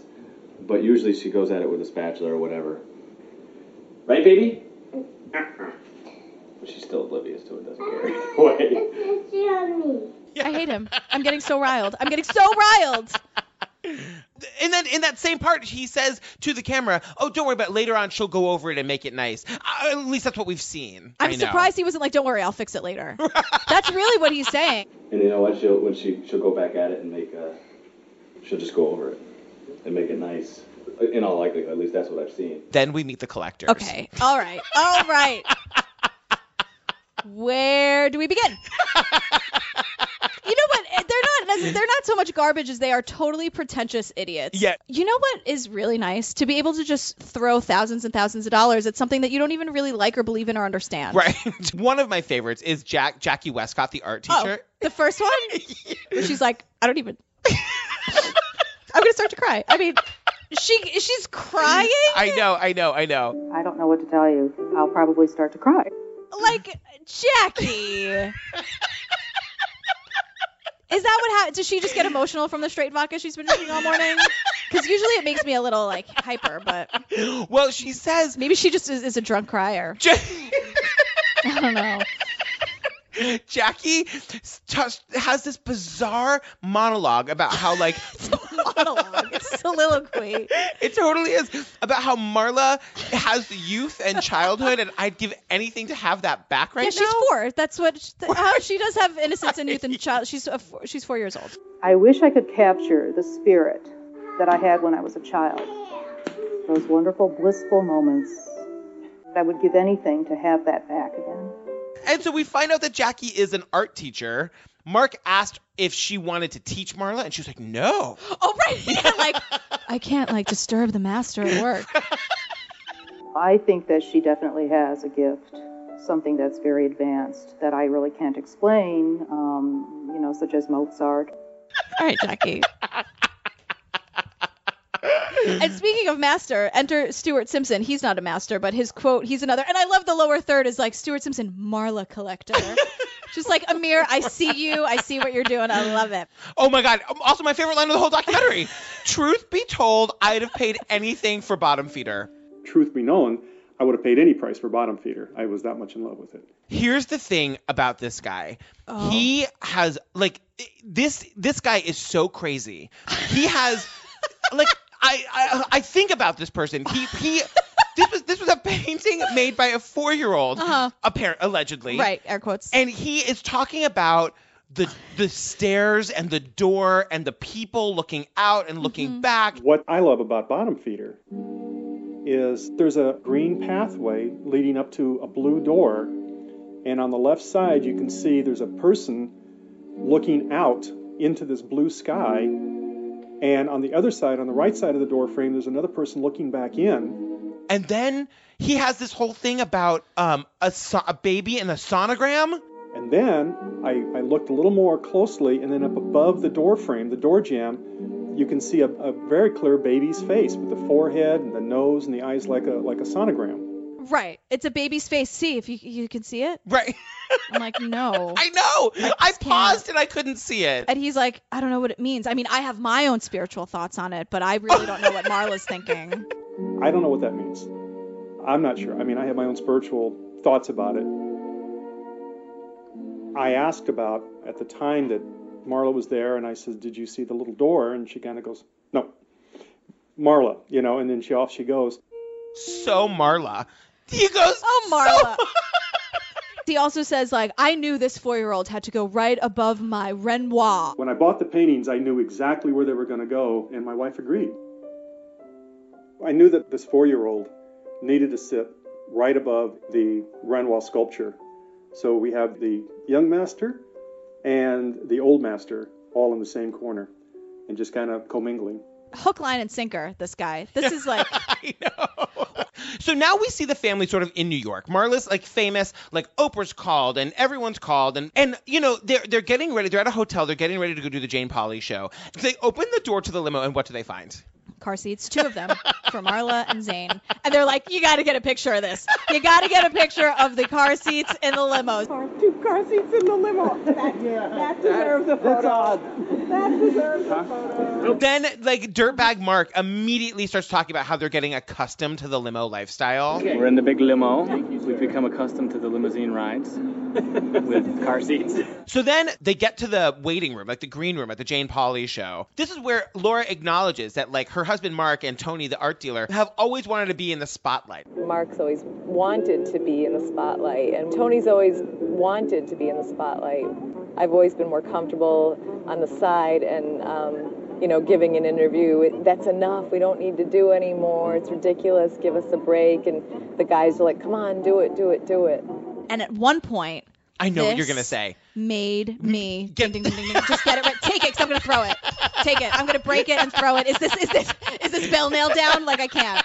Speaker 12: but usually she goes at it with a spatula or whatever. Right, baby? But she's still oblivious to it, doesn't care either way.
Speaker 2: I hate him. I'm getting so riled. I'm getting so riled.
Speaker 1: And then in that same part, he says to the camera, "Oh, don't worry about it. later on. She'll go over it and make it nice." Uh, at least that's what we've seen.
Speaker 2: I'm
Speaker 1: I know.
Speaker 2: surprised he wasn't like, "Don't worry, I'll fix it later." That's really what he's saying.
Speaker 12: And you know what? She'll when she she'll go back at it and make uh, she'll just go over it and make it nice. In all likelihood, at least that's what I've seen.
Speaker 1: Then we meet the collectors.
Speaker 2: Okay. All right. All right. Where do we begin? You know what? Eh, They're not they're not so much garbage as they are totally pretentious idiots.
Speaker 1: Yeah.
Speaker 2: You know what is really nice to be able to just throw thousands and thousands of dollars at something that you don't even really like or believe in or understand.
Speaker 1: Right. One of my favorites is Jack Jackie Westcott, the art
Speaker 2: Oh,
Speaker 1: teacher.
Speaker 2: the first one, where she's like, I don't even. I'm gonna start to cry. I mean, she she's crying.
Speaker 1: I know, I know, I know.
Speaker 19: I don't know what to tell you. I'll probably start to cry.
Speaker 2: like Jackie. Is that what happened? Does she just get emotional from the straight vodka she's been drinking all morning? Because usually it makes me a little like hyper, but
Speaker 1: well, she says
Speaker 2: maybe she just is, is a drunk crier. I don't know.
Speaker 1: Jackie s- t- has this bizarre monologue about how like
Speaker 2: monologue, it's soliloquy.
Speaker 1: It totally is about how Marla has youth and childhood, and I'd give anything to have that back right
Speaker 2: yeah,
Speaker 1: now.
Speaker 2: she's four. That's what she, how she does have innocence and youth and child. She's a, four- she's four years old.
Speaker 19: I wish I could capture the spirit that I had when I was a child. Those wonderful, blissful moments. I would give anything to have that back again.
Speaker 1: And so we find out that Jackie is an art teacher. Mark asked if she wanted to teach Marla, and she was like, "No."
Speaker 2: Oh right, like I can't like disturb the master at work.
Speaker 19: I think that she definitely has a gift, something that's very advanced that I really can't explain, um, you know, such as Mozart.
Speaker 2: All right, Jackie. and speaking of master, enter Stuart Simpson. He's not a master, but his quote, he's another. And I love the lower third is like Stuart Simpson, Marla collector. Just like Amir, I see you. I see what you're doing. I love it.
Speaker 1: Oh my god! Um, Also, my favorite line of the whole documentary. Truth be told, I'd have paid anything for Bottom Feeder.
Speaker 20: Truth be known, I would have paid any price for Bottom Feeder. I was that much in love with it.
Speaker 1: Here's the thing about this guy.
Speaker 2: Oh.
Speaker 1: He has like this. This guy is so crazy. He has like I, I I think about this person. He he. This was this was a painting made by a four year old,
Speaker 2: Uh-huh.
Speaker 1: apparent allegedly.
Speaker 2: Right, air quotes.
Speaker 1: And he is talking about the the stairs and the door and the people looking out and looking
Speaker 2: Mm-hmm.
Speaker 1: back.
Speaker 20: What I love about Bottom Feeder is there's a green pathway leading up to a blue door, and on the left side you can see there's a person looking out into this blue sky, and on the other side, on the right side of the door frame, there's another person looking back in.
Speaker 1: And then he has this whole thing about um, a, so- a baby and a sonogram.
Speaker 20: And then I, I looked a little more closely, and then up above the door frame, the door jamb, you can see a, a very clear baby's face with the forehead and the nose and the eyes like a like a sonogram.
Speaker 2: Right. It's a baby's face. See if you, you can see it.
Speaker 1: Right.
Speaker 2: I'm like, no.
Speaker 1: I know. I paused and I couldn't see it.
Speaker 2: And he's like, I don't know what it means. I mean, I have my own spiritual thoughts on it, but I really don't know what Marla's thinking.
Speaker 20: I don't know what that means. I'm not sure. I mean, I have my own spiritual thoughts about it. I asked about at the time that Marla was there, and I said, "Did you see the little door?" And she kind of goes, "No." Marla, you know, and then she off she goes.
Speaker 1: So Marla. He goes,
Speaker 2: Oh, Marla. he also says, like, I knew this four year old had to go right above my Renoir.
Speaker 20: When I bought the paintings, I knew exactly where they were going to go, and my wife agreed. I knew that this four year old needed to sit right above the Renoir sculpture. So we have the young master and the old master all in the same corner and just kind of commingling.
Speaker 2: Hook, line, and sinker, this guy. This is like,
Speaker 1: So now we see the family sort of in New York. Marla's like famous, like Oprah's called and everyone's called and and you know they're they're getting ready. They're at a hotel. They're getting ready to go do the Jane Polly show. They open the door to the limo and what do they find?
Speaker 2: car seats, two of them, for Marla and Zane. And they're like, you got to get a picture of this. You got to get a picture of the car seats in the limos.
Speaker 21: Two car seats in the limo. That, that deserves a photo.
Speaker 18: That deserves a
Speaker 1: Then, like, Dirtbag Mark immediately starts talking about how they're getting accustomed to the limo lifestyle.
Speaker 12: We're in the big limo. We've become accustomed to the limousine rides with car seats.
Speaker 1: So then they get to the waiting room, like the green room at the Jane Pauley show. This is where Laura acknowledges that, like, her husband Mark and Tony, the art dealer, have always wanted to be in the spotlight.
Speaker 4: Mark's always wanted to be in the spotlight, and Tony's always wanted to be in the spotlight. I've always been more comfortable on the side and, um, you know, giving an interview. That's enough. We don't need to do anymore. It's ridiculous. Give us a break. And the guys are like, come on, do it, do it, do it.
Speaker 2: And at one point,
Speaker 1: I know what
Speaker 2: This-
Speaker 1: you're going to say.
Speaker 2: made me ding, ding, ding, ding, ding. just get it right. Take it, cause I'm gonna throw it. Take it. I'm gonna break it and throw it. Is this is this is this bell nailed down? Like I can't.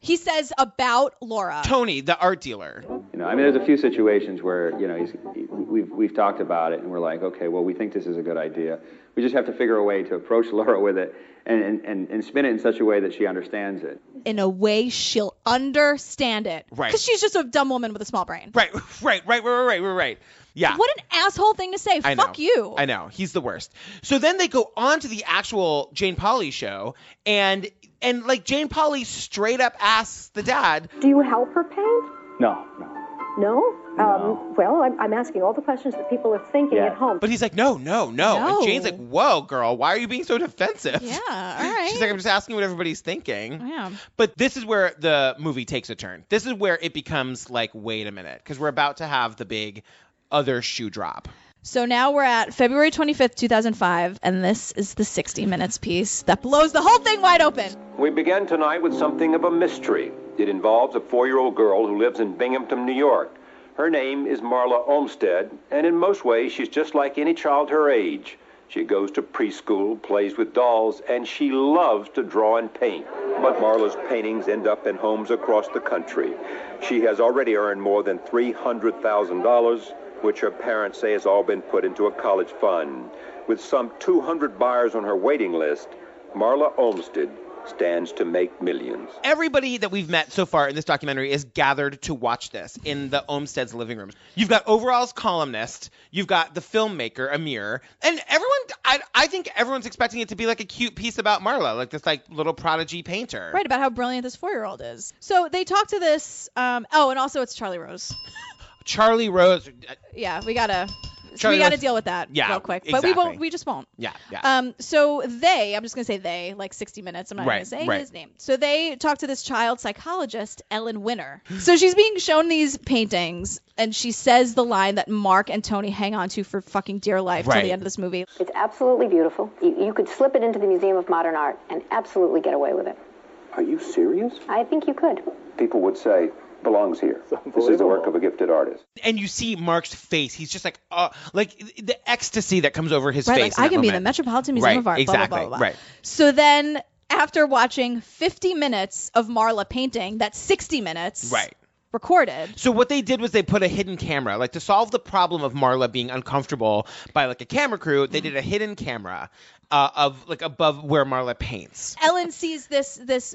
Speaker 2: He says about Laura.
Speaker 1: Tony, the art dealer.
Speaker 16: You know, I mean, there's a few situations where you know he's, he- we've we've talked about it, and we're like, okay, well, we think this is a good idea. We just have to figure a way to approach Laura with it and and, and, and spin it in such a way that she understands it.
Speaker 2: In a way she'll understand it.
Speaker 16: Right.
Speaker 2: Because she's just a dumb woman with a small brain.
Speaker 1: Right, right, right, right, right, right, right. Yeah.
Speaker 2: What an asshole thing to say.
Speaker 1: I know.
Speaker 2: Fuck you.
Speaker 1: I know. He's the worst. So then they go on to the actual Jane Pauley show, and and like Jane Pauley straight up asks the dad,
Speaker 22: Do you help her paint?
Speaker 16: No.
Speaker 22: No? Um, well, I'm, I'm asking all the questions that people are thinking at home.
Speaker 1: But he's like, no, no, no.
Speaker 22: No.
Speaker 1: And Jane's like, whoa, girl, why are you being so defensive?
Speaker 2: Yeah, all right.
Speaker 1: She's like, I'm just asking what everybody's thinking.
Speaker 2: Yeah.
Speaker 1: But this is where the movie takes a turn. This is where it becomes like, wait a minute, because we're about to have the big other shoe drop.
Speaker 2: So now we're at February 25th, 2005, and this is the 60 Minutes piece that blows the whole thing wide open.
Speaker 23: We begin tonight with something of a mystery. It involves a four year old girl who lives in Binghamton, New York. Her name is Marla Olmsted, and in most ways, she's just like any child her age. She goes to preschool, plays with dolls, and she loves to draw and paint. But Marla's paintings end up in homes across the country. She has already earned more than $300,000, which her parents say has all been put into a college fund. With some 200 buyers on her waiting list, Marla Olmsted stands to make millions.
Speaker 1: Everybody that we've met so far in this documentary is gathered to watch this in the Olmstead's living room. You've got Overall's columnist, you've got the filmmaker, Amir, and everyone, I, I think everyone's expecting it to be like a cute piece about Marla, like this like little prodigy painter.
Speaker 2: Right, about how brilliant this four year old is. So they talk to this. Um, oh, and also it's Charlie Rose.
Speaker 1: Charlie Rose, uh,
Speaker 2: Yeah, we gotta.
Speaker 1: Charlie
Speaker 2: we gotta
Speaker 1: Rose-
Speaker 2: deal with that
Speaker 1: Yeah,
Speaker 2: real quick. But we
Speaker 1: exactly.
Speaker 2: won't. We just won't.
Speaker 1: yeah, yeah.
Speaker 2: Um, so they, I'm just gonna say they, like 60 Minutes. I'm not
Speaker 1: Right,
Speaker 2: gonna say
Speaker 1: right.
Speaker 2: his name. So they talk to this child psychologist, Ellen Winner. So she's being shown these paintings, and she says the line that Mark and Tony hang on to for fucking dear life till
Speaker 9: Right.
Speaker 2: the end of this movie.
Speaker 9: It's absolutely beautiful. You, you could slip it into the Museum of Modern Art and absolutely get away with it.
Speaker 23: Are you serious?
Speaker 9: I think you could.
Speaker 23: People would say, belongs here. This is the work of a gifted artist.
Speaker 1: and you see Mark's face. He's just like, uh, like the ecstasy that comes over his
Speaker 2: right,
Speaker 1: face.
Speaker 2: like I
Speaker 1: in that
Speaker 2: can be in the
Speaker 1: moment.
Speaker 2: Metropolitan Museum
Speaker 1: right,
Speaker 2: of Art. blah, blah,
Speaker 1: Exactly.
Speaker 2: blah, blah, blah.
Speaker 1: Right.
Speaker 2: So then, after watching 50 minutes of Marla painting, that's 60 minutes
Speaker 1: Right.
Speaker 2: recorded.
Speaker 1: So what they did was they put a hidden camera, like to solve the problem of Marla being uncomfortable by like a camera crew. They did a hidden camera uh, of like above where Marla paints.
Speaker 2: Ellen sees this this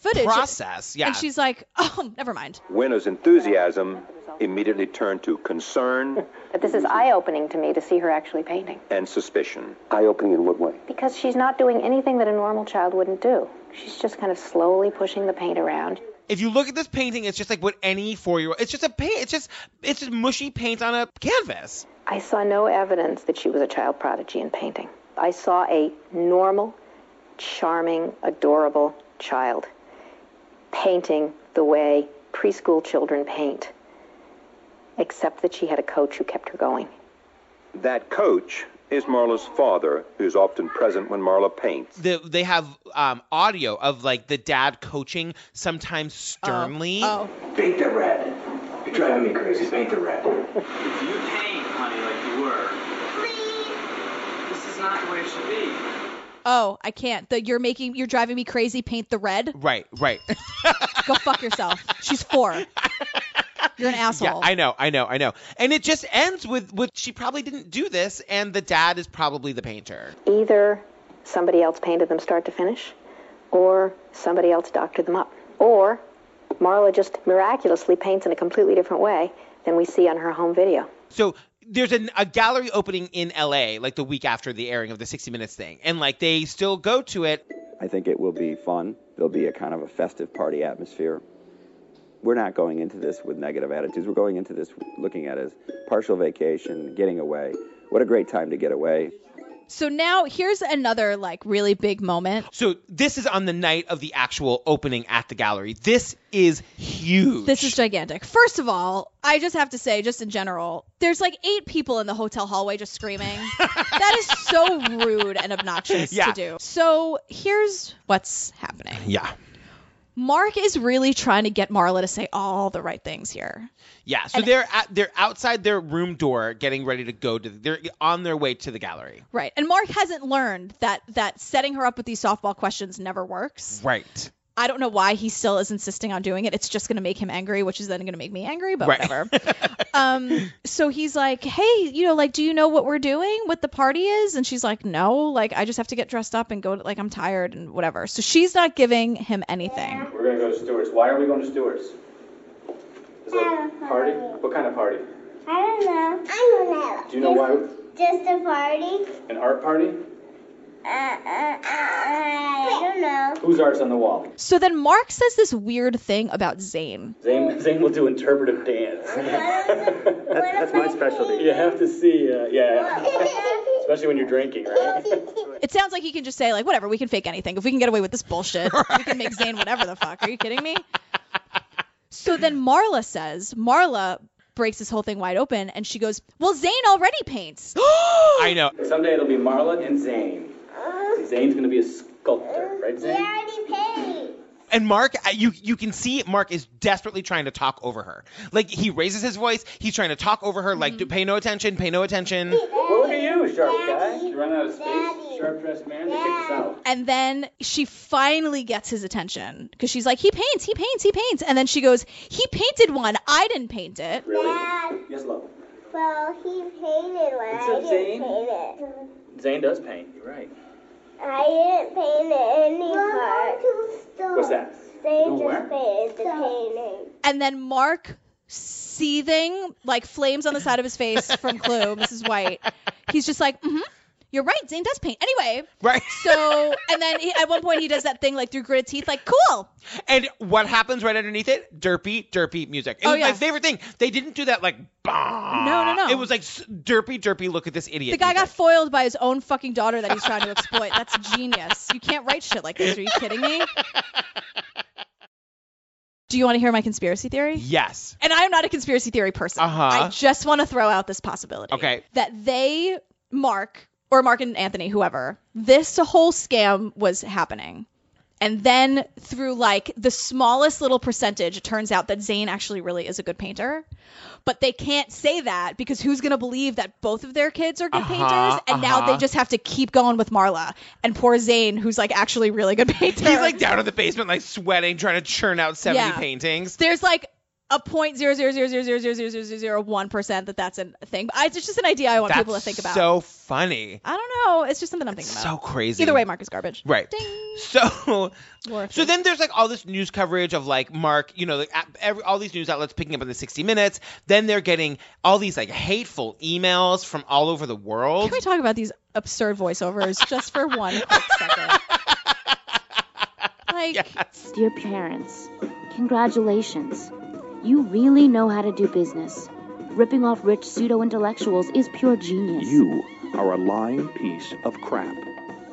Speaker 2: footage
Speaker 1: Process, yeah.
Speaker 2: and she's like, oh, never mind.
Speaker 23: Winner's enthusiasm immediately turned to concern
Speaker 9: But this is eye opening to me to see her actually painting
Speaker 23: and suspicion. Eye opening in what way?
Speaker 9: because she's not doing anything that a normal child wouldn't do. She's just kind of slowly pushing the paint around.
Speaker 1: If you look at this painting, it's just like what any four-year-old. It's just a paint. It's just it's just mushy paint on a canvas.
Speaker 9: I saw no evidence that she was a child prodigy in painting. I saw a normal, charming, adorable child painting the way preschool children paint, except that she had a coach who kept her going.
Speaker 23: That coach is Marla's father, who's often present when Marla paints.
Speaker 1: The, they have um, audio of like the dad coaching, sometimes sternly.
Speaker 2: Oh.
Speaker 10: Paint the red. You're driving me crazy. Paint the red.
Speaker 21: honey, like you were. Please. This is not the way it should be.
Speaker 2: Oh, I can't. The, you're making you're driving me crazy. Paint the red.
Speaker 1: Right, right.
Speaker 2: Go fuck yourself. She's four. You're an asshole.
Speaker 1: Yeah, I know, I know, I know. And it just ends with with she probably didn't do this, and the dad is probably the painter.
Speaker 9: Either somebody else painted them start to finish, or somebody else doctored them up. Or Marla just miraculously paints in a completely different way than we see on her home video.
Speaker 1: So there's an, a gallery opening in LA like the week after the airing of the 60 Minutes thing, and like they still go to it.
Speaker 14: I think it will be fun. There'll be a kind of a festive party atmosphere. We're not going into this with negative attitudes. We're going into this looking at it as partial vacation, getting away. What a great time to get away.
Speaker 2: So now here's another like really big moment.
Speaker 1: So this is on the night of the actual opening at the gallery. This is huge.
Speaker 2: This is gigantic. First of all, I just have to say, just in general, there's like eight people in the hotel hallway just screaming. that is so rude and obnoxious
Speaker 1: Yeah.
Speaker 2: to do. So here's what's happening.
Speaker 1: Yeah.
Speaker 2: Mark is really trying to get Marla to say all the right things here.
Speaker 1: Yeah, so they're at, they're outside their room door, getting ready to go to. They're on their way to the gallery.
Speaker 2: Right. And Mark hasn't learned that that setting her up with these softball questions never works.
Speaker 1: Right.
Speaker 2: I don't know why he still is insisting on doing it. It's just going to make him angry, which is then going to make me angry, but
Speaker 1: Right.
Speaker 2: whatever. um, so he's like, hey, you know, like, do you know what we're doing, what the party is? And she's like, no, like, I just have to get dressed up and go, to, like, I'm tired and whatever. So she's not giving him anything.
Speaker 12: We're gonna go to Stewart's. Why are we going to Stewart's? Is it a party? What kind of party?
Speaker 11: I don't know. I don't know.
Speaker 12: Do you know why?
Speaker 11: Just a party?
Speaker 12: An art party?
Speaker 11: Uh, uh, uh, I don't know.
Speaker 12: Whose art's on the wall?
Speaker 2: So then Mark says this weird thing about Zane.
Speaker 12: Zane, Zane will do interpretive dance. that's, my specialty. You have to see, uh, yeah. Especially when you're drinking, right?
Speaker 2: It sounds like he can just say, like, whatever, we can fake anything. If we can get away with this bullshit, we can make Zane whatever the fuck. Are you kidding me? So then Marla says, Marla breaks this whole thing wide open and she goes, Well, Zane already paints.
Speaker 1: I know.
Speaker 12: Someday it'll be Marla and Zane. Zane's gonna be a sculptor, right, Zane?
Speaker 1: And Mark, uh, you you can see Mark is desperately trying to talk over her. Like he raises his voice, he's trying to talk over her. Like, do pay no attention, pay no attention.
Speaker 12: Well, look at you, sharp guy. You run out of space, sharp dressed man. Kick us out.
Speaker 2: And then she finally gets his attention because she's like, He paints, he paints, he paints. And then she goes, He painted one. I didn't paint it.
Speaker 12: Really? Yes, love.
Speaker 11: Well, he painted one.
Speaker 12: It's
Speaker 11: I
Speaker 12: a
Speaker 11: didn't
Speaker 12: Zane.
Speaker 11: paint it.
Speaker 12: Zane does paint. You're right.
Speaker 11: I didn't paint any part.
Speaker 12: What's that?
Speaker 11: They
Speaker 12: Go
Speaker 11: just
Speaker 12: where?
Speaker 11: painted the painting.
Speaker 2: And then Mark, seething like flames on the side of his face from Clue, Mrs. White, he's just like, mm hmm. You're right. Zane does paint. Anyway,
Speaker 1: Right.
Speaker 2: So, and then he, at one point he does that thing like through gritted teeth, like cool.
Speaker 1: And what happens right underneath it? Derpy, derpy music. It
Speaker 2: Oh,
Speaker 1: was
Speaker 2: yeah.
Speaker 1: my favorite thing. They didn't do that like bah.
Speaker 2: No, no, no.
Speaker 1: It was like s- derpy, derpy. Look at this idiot.
Speaker 2: The guy got foiled by his own fucking daughter that he's trying to exploit. That's genius. You can't write shit like this. Are you kidding me? Do you want to hear my conspiracy theory?
Speaker 1: Yes.
Speaker 2: And I'm not a conspiracy theory person.
Speaker 1: Uh-huh.
Speaker 2: I just want to throw out this possibility
Speaker 1: Okay.
Speaker 2: that they, Mark, or Mark and Anthony, whoever, this whole scam was happening. And then through like the smallest little percentage, it turns out that Zane actually really is a good painter. But they can't say that because who's going to believe that both of their kids are good
Speaker 1: Uh-huh,
Speaker 2: painters? And now they
Speaker 1: uh-huh.
Speaker 2: just have to keep going with Marla and poor Zane, who's like actually really good painter.
Speaker 1: He's like down in the basement, like sweating, trying to churn out 70
Speaker 2: Yeah.
Speaker 1: paintings.
Speaker 2: There's like a point zero zero zero zero zero zero zero zero zero one percent that that's a thing. But I, it's just an idea I want
Speaker 1: That's
Speaker 2: people to think about.
Speaker 1: so funny.
Speaker 2: I don't know. It's just something I'm thinking
Speaker 1: So
Speaker 2: about.
Speaker 1: crazy.
Speaker 2: Either way, Mark is garbage.
Speaker 1: Right. So
Speaker 2: Laura
Speaker 1: So then there's like all this news coverage of like Mark, you know, like at- every, all these news outlets picking up on the 60 Minutes. Then they're getting all these like hateful emails from all over the world.
Speaker 2: Can we talk about these absurd voiceovers just for one quick second? Like,
Speaker 24: Dear parents, congratulations. You really know how to do business. Ripping off rich pseudo intellectuals is pure genius.
Speaker 13: You are a lying piece of crap.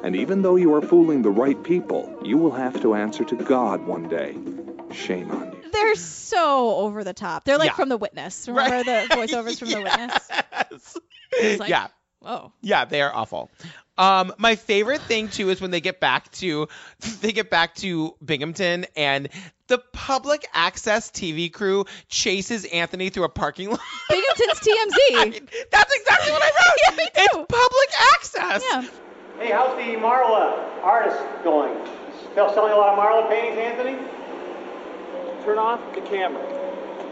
Speaker 13: And even though you are fooling the right people, you will have to answer to God one day. Shame on you.
Speaker 2: they're so over the top. They're like
Speaker 13: Yeah.
Speaker 2: from The Witness. Remember the voiceovers from The Witness? It's like-
Speaker 1: yeah.
Speaker 2: Whoa.
Speaker 1: Yeah, they are awful. Um, my favorite thing too is when they get back to they get back to Binghamton and the public access TV crew chases Anthony through a parking lot.
Speaker 2: Binghamton's TMZ.
Speaker 1: That's exactly what I wrote. It's public access.
Speaker 2: Yeah.
Speaker 25: Hey, how's the Marla artist going? Still selling a lot of Marla paintings, Anthony? Turn off the camera.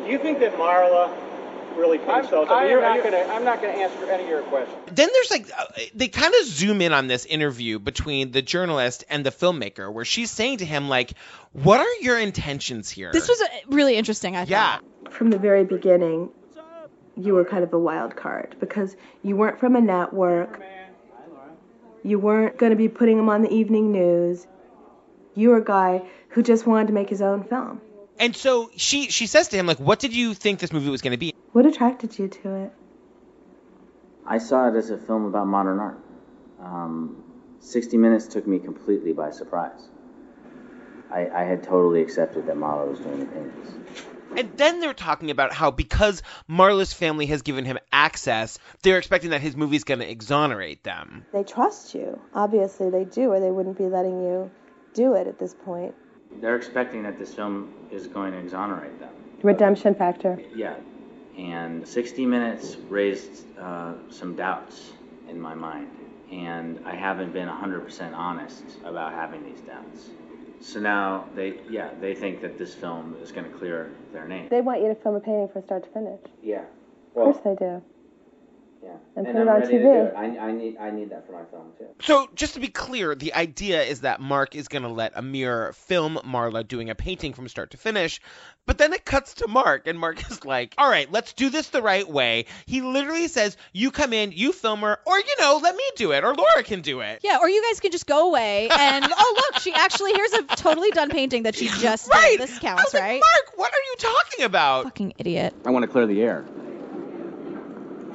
Speaker 25: Do you think that Marla really paints those?
Speaker 18: I am
Speaker 25: you're-
Speaker 18: not
Speaker 25: you're-
Speaker 18: gonna- I'm not going to answer any of your questions.
Speaker 1: Then there's like uh, they kind of zoom in on this interview between the journalist and the filmmaker where she's saying to him like, "What are your intentions here?"
Speaker 2: This was uh, really interesting, I thought.
Speaker 1: yeah.
Speaker 8: From the very beginning, you were kind of a wild card because you weren't from a network. You weren't going to be putting him on the evening news. You were a guy who just wanted to make his own film.
Speaker 1: And so she she says to him like, "What did you think this movie was going to be?"
Speaker 8: What attracted you to it?
Speaker 3: I saw it as a film about modern art. Um, 60 Minutes took me completely by surprise. I, I had totally accepted that Marlowe was doing the paintings.
Speaker 1: And then they're talking about how because Marla's family has given him access, they're expecting that his movie's going to exonerate them.
Speaker 8: They trust you. Obviously, they do, or they wouldn't be letting you do it at this point.
Speaker 3: They're expecting that this film is going to exonerate them.
Speaker 8: Redemption factor.
Speaker 3: Yeah. And 60 Minutes raised uh, some doubts in my mind. And I haven't been 100% honest about having these doubts. So now they, yeah, they think that this film is going to clear their name.
Speaker 8: They want you to film a painting from start to finish.
Speaker 3: Yeah.
Speaker 8: of course they do.
Speaker 3: Yeah.
Speaker 8: And, put
Speaker 3: I'm
Speaker 8: it on
Speaker 3: ready to do it.
Speaker 8: TV.
Speaker 3: I, I need, I need that for my film too.
Speaker 1: So, just to be clear, the idea is that Mark is going to let Amir film Marla doing a painting from start to finish, but then it cuts to Mark, and Mark is like, all right, let's do this the right way. He literally says, you come in, you film her, or, you know, let me do it, or Laura can do it.
Speaker 2: Yeah, or you guys can just go away and oh look, she actually here's a totally done painting that she just
Speaker 1: Right.
Speaker 2: did. This counts, right?
Speaker 1: Mark, what are you talking about?
Speaker 2: Fucking idiot.
Speaker 5: I want to clear the air.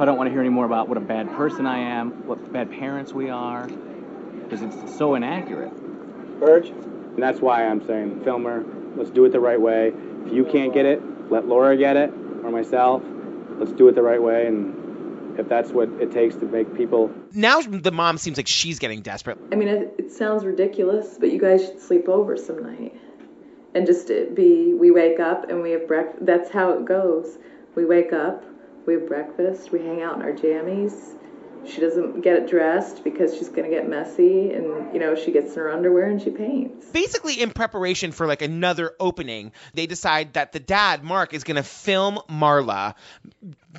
Speaker 5: I don't want to hear any more about what a bad person I am, what bad parents we are, because it's so inaccurate.
Speaker 6: Urge. And that's why I'm saying, filmer, let's do it the right way. If you can't get it, let Laura get it or myself. Let's do it the right way. And if that's what it takes to make people
Speaker 1: Now the mom seems like she's getting desperate.
Speaker 8: I mean, it, it sounds ridiculous, but you guys should sleep over some night. And just it be, we wake up and we have breakfast. That's how it goes. We wake up, we have breakfast, we hang out in our jammies. She doesn't get dressed because she's going to get messy. And, you know, she gets in her underwear and she paints.
Speaker 1: Basically, in preparation for like another opening, they decide that the dad, Mark, is going to film Marla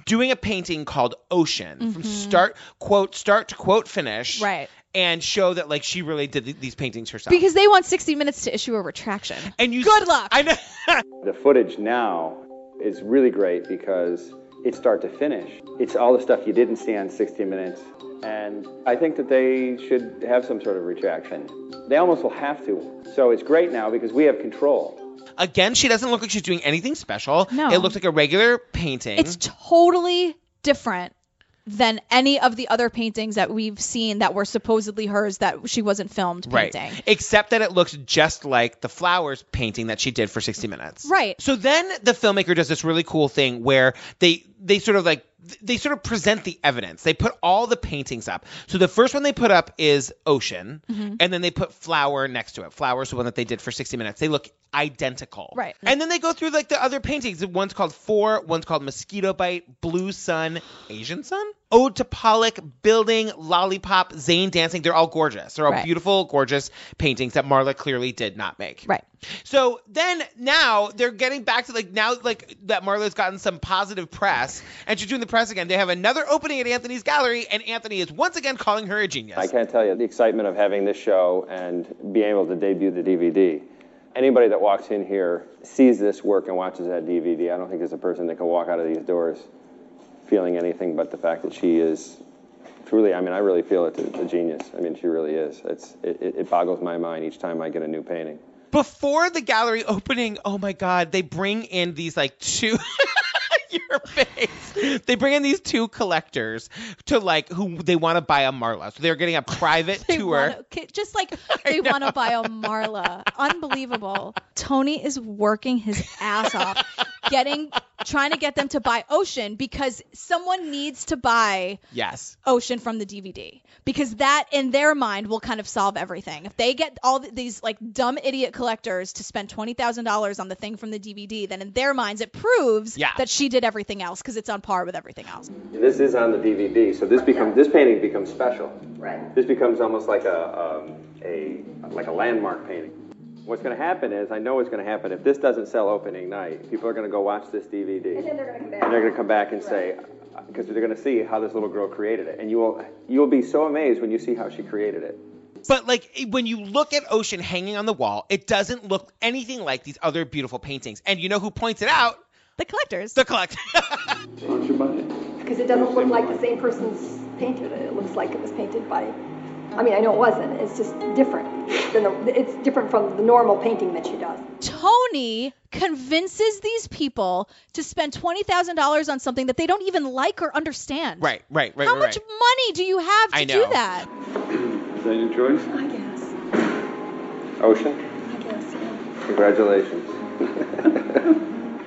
Speaker 1: doing a painting called Ocean from start, quote, start to quote finish.
Speaker 2: Mm-hmm. Right.
Speaker 1: And show that like she really did th- these paintings herself.
Speaker 2: Because they want 60 minutes to issue a retraction.
Speaker 1: And you
Speaker 2: Good luck.
Speaker 1: I know.
Speaker 6: The footage now is really great because it's start to finish. It's all the stuff you didn't see on 60 Minutes. And I think that they should have some sort of retraction. They almost will have to. So it's great now because we have control.
Speaker 1: Again, she doesn't look like she's doing anything special.
Speaker 2: No.
Speaker 1: It looks like a regular painting.
Speaker 2: It's totally different than any of the other paintings that we've seen that were supposedly hers that she wasn't filmed
Speaker 1: right.
Speaker 2: painting.
Speaker 1: Except that it looks just like the flowers painting that she did for 60 Minutes.
Speaker 2: Right.
Speaker 1: So then the filmmaker does this really cool thing where they they sort of like they sort of present the evidence. They put all the paintings up. So the first one they put up is Ocean,
Speaker 15: Mhm.
Speaker 1: and then they put Flower next to it. Flower's the one that they did for 60 minutes. They look identical.
Speaker 15: Right.
Speaker 1: And then they go through like the other paintings. One's called Four, one's called Mosquito Bite, Blue Sun, Asian Sun, Ode to Pollock, Building, Lollipop, Zane Dancing. They're all gorgeous. They're all
Speaker 15: Right.
Speaker 1: beautiful, gorgeous paintings that Marla clearly did not make.
Speaker 2: Right.
Speaker 1: So then now they're getting back to like now like that Marla's gotten some positive press and she's doing the press again. They have another opening at Anthony's gallery and Anthony is once again calling her a genius.
Speaker 6: I can't tell you the excitement of having this show and being able to debut the DVD. Anybody that walks in here sees this work and watches that DVD. I don't think there's a person that can walk out of these doors feeling anything but the fact that she is truly, I mean, I really feel it, a genius. I mean, she really is. It's, it, it it boggles my mind each time I get a new painting.
Speaker 1: Before the gallery opening, oh my god, they bring in these like two your face. They bring in these two collectors to like who they want to buy a Marla. So they're getting a private
Speaker 2: They
Speaker 1: tour.
Speaker 2: wanna- ki- just like they want to buy a Marla. Unbelievable. Tony is working his ass off, getting trying to get them to buy Ocean because someone needs to buy
Speaker 1: Yes.
Speaker 2: Ocean from the DVD because that in their mind will kind of solve everything. If they get all th- these like dumb idiot collectors to spend $20,000 on the thing from the DVD, then in their minds it proves
Speaker 6: Yeah.
Speaker 2: that she did everything else because it's on par with everything else.
Speaker 6: This is on the DVD, so this becomes this painting becomes special.
Speaker 2: Right.
Speaker 6: This becomes almost like a um, a like a landmark painting. What's going to happen is, I know what's going to happen. If this doesn't sell opening night, people are going to go watch this DVD, and
Speaker 26: they're gonna come back.
Speaker 6: they're going to come back and say, because they're going to see how this little girl created it, and you will you will be so amazed when you see how she created it.
Speaker 1: But like it- when you look at Ocean hanging on the wall, it doesn't look anything like these other beautiful paintings. And you know who points it out?
Speaker 2: The collectors.
Speaker 1: The collectors.
Speaker 22: Because it doesn't look like the same person's painted it. It looks like it was painted by, I mean, I know it wasn't. It's just different. Than the, it's different from the normal painting that she does.
Speaker 2: Tony convinces these people to spend $20,000 on something that they don't even like or understand.
Speaker 1: Right, right, right,
Speaker 2: How
Speaker 1: right,
Speaker 2: much
Speaker 1: right.
Speaker 2: money do you have to
Speaker 1: I
Speaker 2: do
Speaker 1: know.
Speaker 2: that?
Speaker 6: Is that your choice?
Speaker 22: I guess.
Speaker 6: Ocean,
Speaker 22: I guess.
Speaker 6: congratulations.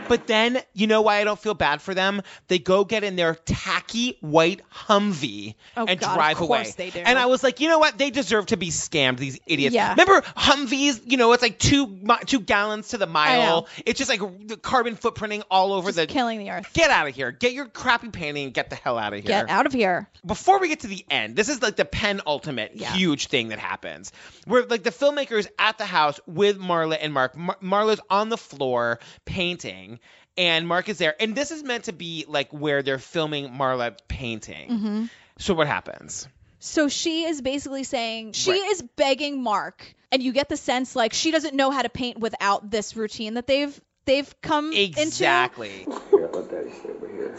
Speaker 1: But then, you know why I don't feel bad for them? They go get in their tacky white Humvee
Speaker 2: Oh,
Speaker 1: and
Speaker 2: God, of
Speaker 1: drive away.
Speaker 2: course they do.
Speaker 1: And I was like, you know what? They deserve to be scammed, these idiots.
Speaker 2: Yeah.
Speaker 1: Remember Humvees? You know, it's like two mi- two gallons to the
Speaker 2: know.
Speaker 1: mile. It's just like the carbon footprinting all over the
Speaker 2: killing the earth.
Speaker 1: Get out of here. Get your crappy painting and get the hell out of here.
Speaker 2: Get out of here.
Speaker 1: Before we get to the end, this is like the penultimate huge thing that happens. Where like the filmmaker is at the house with Marla and Mark. Mar- Marla's on the floor painting, and Mark is there. And this is meant to be like where they're filming Marla painting.
Speaker 2: Mhm.
Speaker 1: So what happens?
Speaker 2: So she is basically saying she
Speaker 1: Right.
Speaker 2: is begging Mark, and you get the sense like she doesn't know how to paint without this routine that they've they've come into.
Speaker 1: Exactly.
Speaker 6: Here, let Daddy stay over here.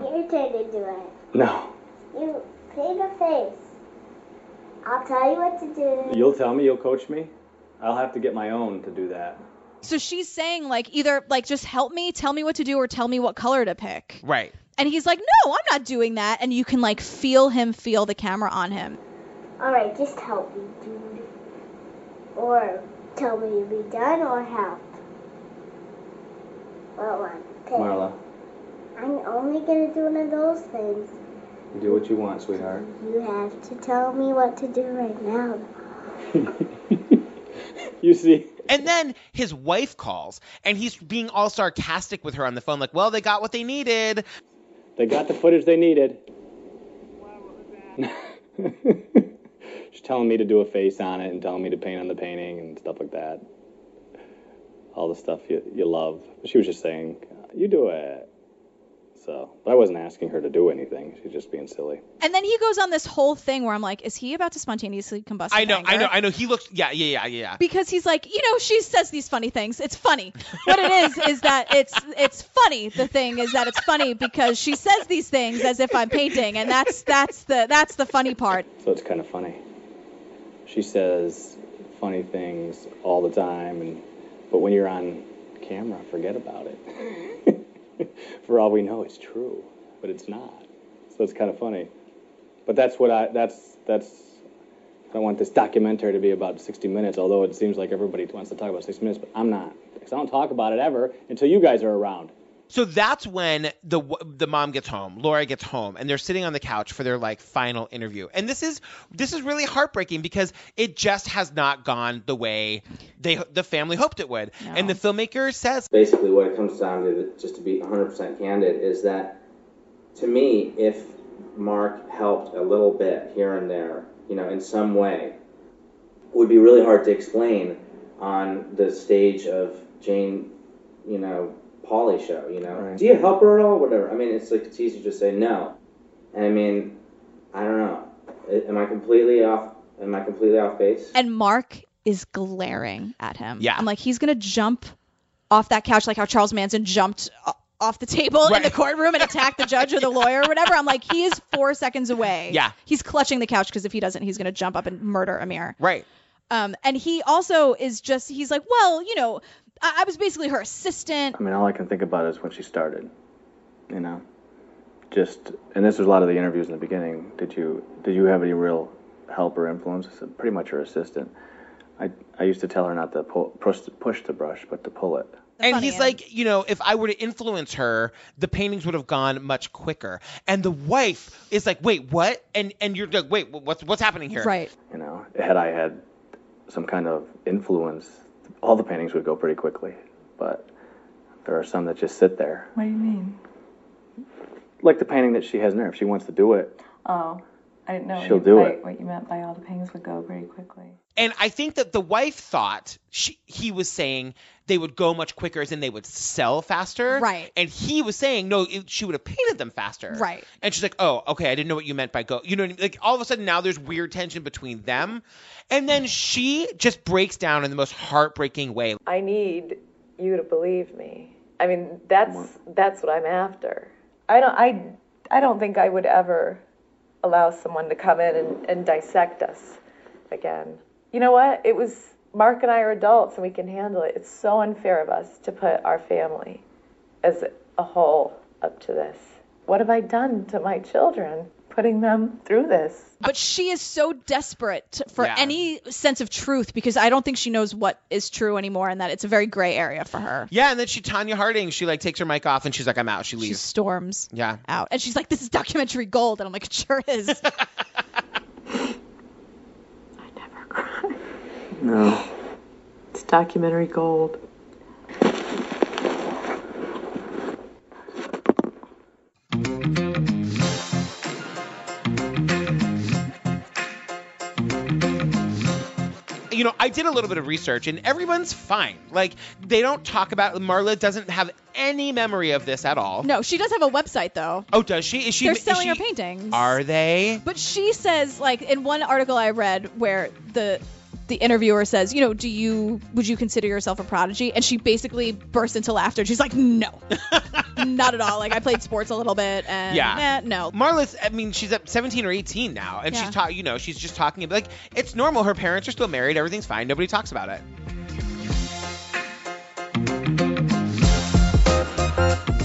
Speaker 11: Your turn to do it.
Speaker 6: No.
Speaker 11: You paint a face. I'll tell you what to do.
Speaker 12: You'll tell me, you'll coach me. I'll have to get my own to do that.
Speaker 2: So she's saying like either like just help me, tell me what to do, or tell me what color to pick.
Speaker 1: Right.
Speaker 2: And he's like, no, I'm not doing that. And you can like feel him feel the camera on him.
Speaker 11: All right, just help me, dude. Or tell me to be done, or help. What one? Pick.
Speaker 12: Marla,
Speaker 11: I'm only gonna do one of those things.
Speaker 12: do what you want, sweetheart.
Speaker 11: You have to tell me what to do right now.
Speaker 12: You see?
Speaker 1: And then his wife calls, and he's being all sarcastic with her on the phone, like, "Well, they got what they needed."
Speaker 12: They got the footage they needed. She's telling me to do a face on it and telling me to paint on the painting and stuff like that. All the stuff you, you love. She was just saying, you do it. So, but I wasn't asking her to do anything. She's just being silly.
Speaker 2: And then he goes on this whole thing where I'm like, is he about to spontaneously combust?
Speaker 1: I
Speaker 2: in
Speaker 1: know, I
Speaker 2: anger?
Speaker 1: know, I know. He looks, yeah, yeah, yeah, yeah.
Speaker 2: because he's like, you know, she says these funny things. It's funny. What it is is that it's it's funny. The thing is that it's funny because she says these things as if I'm painting, and that's that's the that's the funny part.
Speaker 12: So it's kind of funny. She says funny things all the time, and but when you're on camera, forget about it. For all we know, it's true, but it's not. So it's kind of funny. But that's what I that's that's I want this documentary to be about 60 minutes. Although it seems like everybody wants to talk about 60 minutes, but I'm not because I don't talk about it ever until you guys are around.
Speaker 1: So that's when the the mom gets home, Laura gets home, and they're sitting on the couch for their like final interview. And this is this is really heartbreaking because it just has not gone the way they the family hoped it would. And the filmmaker says,
Speaker 3: Basically, what it comes down to, just to be 100% candid, is that to me, if Mark helped a little bit here and there, you know, in some way, it would be really hard to explain on the stage of Jane, you know, Polly show, you know. Do you help her at all? Whatever. I mean, it's like, it's easy to just say no. And I mean, I don't know. A- Am I completely off? Am I completely off base?
Speaker 2: And Mark is glaring at him.
Speaker 3: Yeah.
Speaker 2: I'm like, he's gonna jump off that couch like how Charles Manson jumped o- off the table in the courtroom and attacked the judge or the lawyer or whatever. I'm like, he is four seconds away.
Speaker 14: Mm-hmm.
Speaker 1: Yeah.
Speaker 2: He's clutching the couch because if he doesn't, he's gonna jump up and murder Amir.
Speaker 1: right.
Speaker 2: Um, and he also is just, he's like, well, you know, I, I was basically her assistant.
Speaker 12: I mean, all I can think about is when she started, you know. Just and this was a lot of the interviews in the beginning. Did you did you have any real help or influence? I said, pretty much her assistant. I I used to tell her not to pull, push push the brush, but to pull it.
Speaker 1: and he's like, you know, if I were to influence her, the paintings would have gone much quicker. And the wife is like, wait, what? And and you're like, wait, what's what's happening here?
Speaker 12: You know, had I had some kind of influence, all the paintings would go pretty quickly. But there are some that just sit there,
Speaker 15: What do you mean?
Speaker 12: like the painting that she has in her. If she wants to do it,
Speaker 15: Oh, I didn't know. what
Speaker 12: She'll
Speaker 15: you-
Speaker 12: do
Speaker 15: by-
Speaker 12: it.
Speaker 15: What you meant by all the paintings would go pretty quickly.
Speaker 1: And I think that the wife thought she, he was saying they would go much quicker, as in they would sell faster.
Speaker 2: Right.
Speaker 1: And he was saying no, it, she would have painted them faster.
Speaker 2: Right.
Speaker 1: And she's like, oh, okay, I didn't know what you meant by go. You know, what I mean? like all of a sudden now there's weird tension between them, and then she just breaks down in the most heartbreaking way.
Speaker 4: I need
Speaker 15: you to believe me. I mean, that's that's what I'm after. I don't I I don't think I would ever allow someone to come in and, and dissect us again. You know what? It was Mark and I are adults and we can handle it. It's so unfair of us to put our family as a whole up to this. What have I done to my children putting them through this?
Speaker 2: But she is so desperate for
Speaker 15: Yeah.
Speaker 2: any sense of truth because I don't think she knows what is true anymore and that it's a very gray area for her.
Speaker 1: Yeah, and then she Tanya Harding. She like takes her mic off and she's like, "I'm out." She leaves. She
Speaker 2: storms.
Speaker 1: Yeah.
Speaker 2: Out. And she's like, this is documentary gold. And I'm like, it sure is.
Speaker 13: No.
Speaker 15: It's documentary gold.
Speaker 1: You know, I did a little bit of research, and everyone's fine. Like they don't talk about. Marla doesn't have any memory of this at all.
Speaker 2: no, she does have a website though.
Speaker 1: Oh, does she? Is she?
Speaker 2: They're
Speaker 1: is
Speaker 2: selling
Speaker 1: she-
Speaker 2: her paintings.
Speaker 1: Are they?
Speaker 2: But she says, like in one article I read, where the the interviewer says, you know, do you would you consider yourself a prodigy? And she basically bursts into laughter. She's like, no, not at all. Like I played sports a little bit, and
Speaker 1: yeah.
Speaker 2: eh, no.
Speaker 1: Marla's. I mean, she's up 17 or 18 now, and
Speaker 2: Yeah.
Speaker 1: she's taught. You know, she's just talking. about Like it's normal. Her parents are still married. Everything's fine. Nobody talks about it.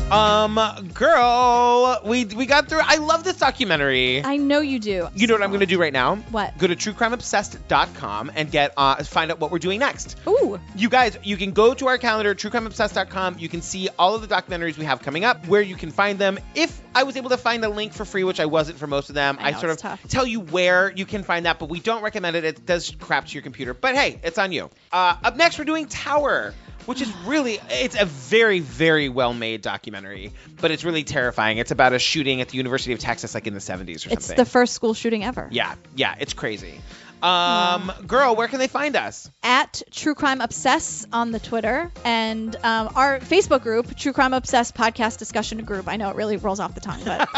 Speaker 1: Um, girl, we we got through. I love this documentary.
Speaker 2: I know you do.
Speaker 1: You know what I'm going to do right now?
Speaker 2: What?
Speaker 1: Go to truecrimeobsessed.com and get uh, find out what we're doing next.
Speaker 2: Ooh.
Speaker 1: You guys, you can go to our calendar, truecrimeobsessed.com. You can see all of the documentaries we have coming up, where you can find them. If I was able to find a link for free, which I wasn't for most of them,
Speaker 2: I
Speaker 1: I,
Speaker 2: know,
Speaker 1: sort of
Speaker 2: it's tough.
Speaker 1: tell you where you can find that, but we don't recommend it. It does crap to your computer. But hey, it's on you. Uh, up next, we're doing Tower. Which is really, it's a very, very well made documentary, but it's really terrifying. It's about a shooting at the University of Texas, like in the 70s or something.
Speaker 2: It's the first school shooting ever.
Speaker 1: Yeah, yeah, it's crazy. Um, girl, where can they find us?
Speaker 2: At True Crime Obsess on the Twitter and um, our Facebook group, True Crime Obsess Podcast Discussion Group. I know it really rolls off the tongue, but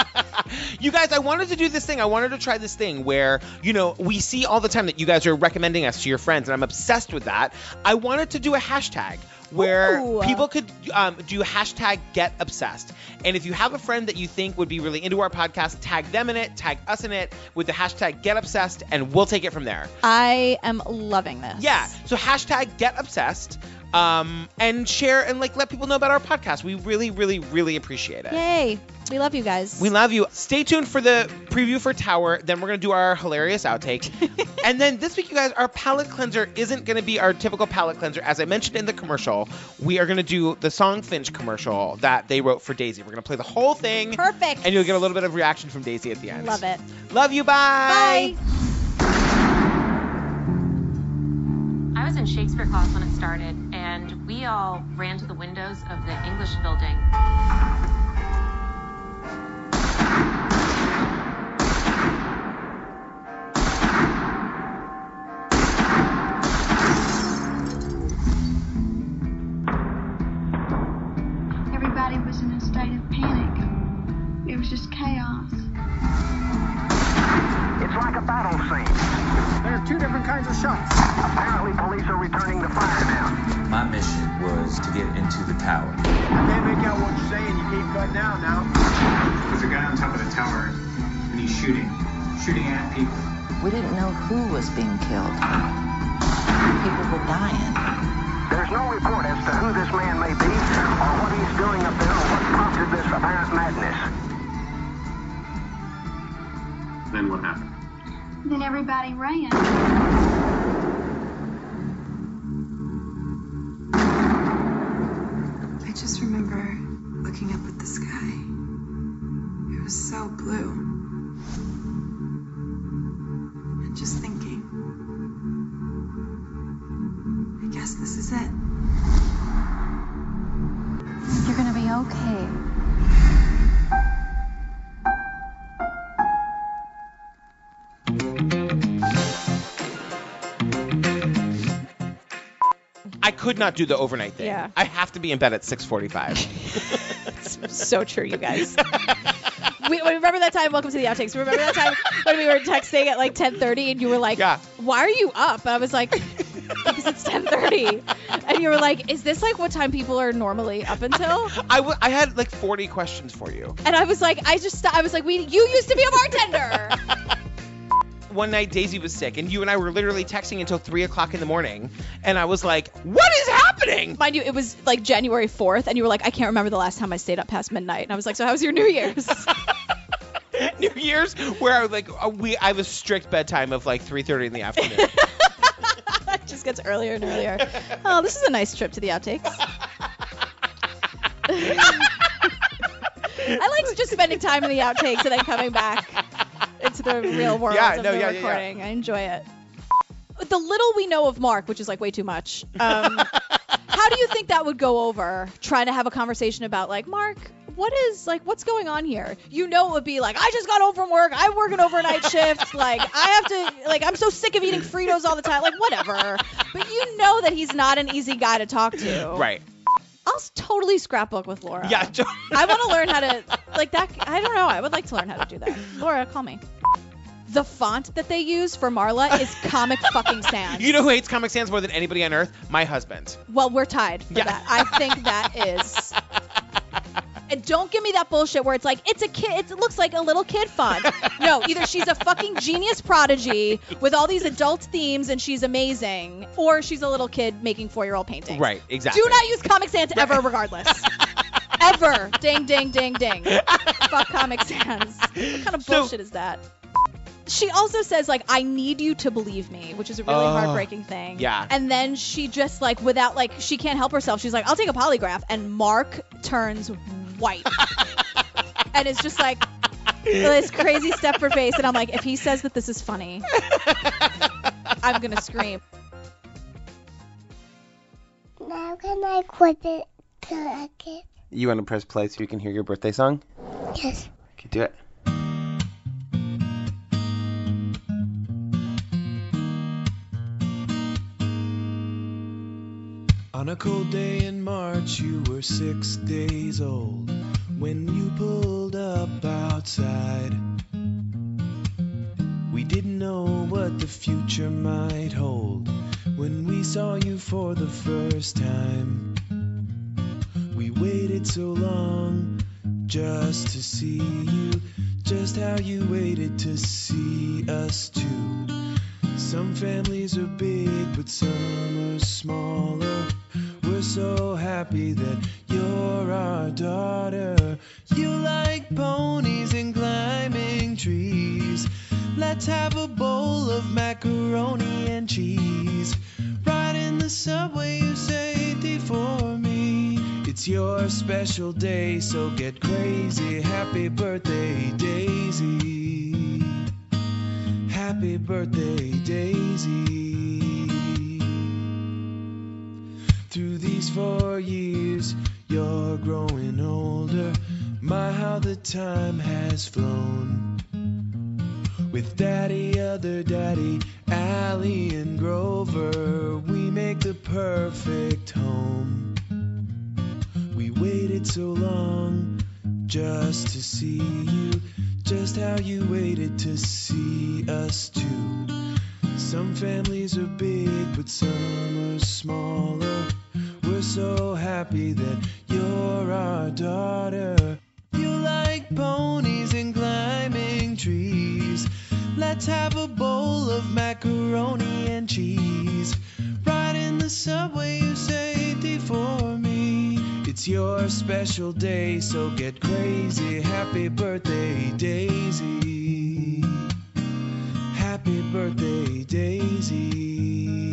Speaker 1: You guys, I wanted to do this thing. I wanted to try this thing where, you know, we see all the time that you guys are recommending us to your friends, and I'm obsessed with that. I wanted to do a hashtag where
Speaker 2: Ooh.
Speaker 1: people could um, do hashtag get obsessed. And if you have a friend that you think would be really into our podcast, tag them in it, tag us in it with the hashtag get obsessed, and we'll take it from there.
Speaker 2: I am loving this.
Speaker 1: Yeah. So hashtag get obsessed um, and share and like let people know about our podcast. We really, really, really appreciate it.
Speaker 2: Yay. We love you guys.
Speaker 1: We love you. Stay tuned for the preview for Tower. Then we're going to do our hilarious outtake. and then this week, you guys, our palette cleanser isn't going to be our typical palette cleanser. As I mentioned in the commercial, we are going to do the Song Finch commercial that they wrote for Daisy. We're going to play the whole thing.
Speaker 2: Perfect.
Speaker 1: And you'll get a little bit of reaction from Daisy at the end.
Speaker 2: Love it.
Speaker 1: Love you. Bye.
Speaker 16: I was in Shakespeare class when it started, and we all ran to the windows of the English building.
Speaker 17: Everybody was in a state of panic. It was just chaos.
Speaker 10: It's like a battle scene. There are two different kinds of shots. Apparently, police are returning the fire now.
Speaker 19: My mission was to get into the tower.
Speaker 10: I can't make out what you're saying. You keep cutting out now. There's a guy on top of the tower, and he's shooting. Shooting at people.
Speaker 20: We didn't know who was being killed. People were dying.
Speaker 10: There's no report as to who this man may be, or what he's doing up there, or what prompted this apparent madness.
Speaker 19: Then what happened?
Speaker 17: Then everybody ran.
Speaker 26: I just remember looking up at the sky. It was so blue. And just thinking, I guess this is it.
Speaker 20: You're gonna be okay.
Speaker 1: I could not do the overnight thing.
Speaker 2: Yeah.
Speaker 1: I have to be in bed at 6:45.
Speaker 2: so true, you guys. we, we remember that time. Welcome to the outtakes. Remember that time when we were texting at like 10:30 and you were like, "Why are you up?" And I was like, "Because it's 10:30." and you were like, "Is this like what time people are normally up until?"
Speaker 1: I, w- I had like 40 questions for you.
Speaker 2: And I was like, I just, I was like, we, you used to be a bartender.
Speaker 1: One night Daisy was sick, and you and I were literally texting until three o'clock in the morning, and I was like, "What is happening?"
Speaker 2: Mind you, it was like January 4th, and you were like, I can't remember the last time I stayed up past midnight. And I was like, so how was your New Year's?
Speaker 1: New Year's where I was like uh, we I was strict bedtime of like 3:30 in the afternoon.
Speaker 2: it just gets earlier and earlier. Oh, this is a nice trip to the outtakes. I liked just spending time in the outtakes and then coming back into the real world
Speaker 1: Yeah,
Speaker 2: of
Speaker 1: no,
Speaker 2: the
Speaker 1: yeah, yeah, yeah.
Speaker 2: recording. I enjoy it. The little we know of Mark, which is like way too much. Um, how do you think that would go over? Trying to have a conversation about like Mark, what is like what's going on here? You know, it would be like I just got home from work. I'm working overnight shift. Like I have to like I'm so sick of eating Fritos all the time. Like whatever. But you know that he's not an easy guy to talk to.
Speaker 1: Right.
Speaker 2: I'll s- totally scrapbook with Laura.
Speaker 1: Yeah. to-
Speaker 2: I want to learn how to like that. I don't know. I would like to learn how to do that. Laura, call me. The font that they use for Marla is comic fucking sans.
Speaker 1: You know who hates Comic Sans more than anybody on earth? My husband.
Speaker 2: Well, we're tied for that. I think that is. And don't give me that bullshit where it's like it's a kid. It looks like a little kid font. No, either she's a fucking genius prodigy with all these adult themes and she's amazing, or she's a little kid making four-year-old paintings.
Speaker 1: Right, exactly.
Speaker 2: Do not use Comic Sans ever, regardless. ever. Ding, ding, ding, ding. Fuck Comic Sans. What kind of
Speaker 1: So-
Speaker 2: bullshit is that? She also says like, "I need you to believe me," which is a really
Speaker 1: Oh.
Speaker 2: heartbreaking thing.
Speaker 1: Yeah.
Speaker 2: And then she just like without like she can't help herself. She's like, "I'll take a polygraph." And Mark turns white. and is just like this crazy Stepford face and I'm like, "If he says that this is funny, I'm going to scream."
Speaker 11: Now can I quit it to a kid?
Speaker 1: You want to press play so you can hear your birthday song?
Speaker 11: Yes.
Speaker 1: Okay, do it.
Speaker 14: On a cold day in March, you were six days old when you pulled up outside. We didn't know what the future might hold when we saw you for the first time. We waited so long just to see you, just how you waited to see us too. Some families are big, but some are smaller. We're so happy that you're our daughter. You like ponies and climbing trees. Let's have a bowl of macaroni and cheese. Ride in the subway, you say D for me. It's your special day, so get crazy. Happy birthday, Daisy. Happy birthday, Daisy. Through these four years, you're growing older. My, how the time has flown. With Daddy, other Daddy, Allie, and Grover, we make the perfect home. We waited so long just to see you just how you waited to see us too. Some families are big, but some are smaller. We're so happy that you're our daughter. You like ponies and climbing trees. Let's have a bowl of macaroni and cheese. Ride in the subway, you say D for me. It's your special day, so get crazy. Happy birthday, Daisy. Happy birthday, Daisy.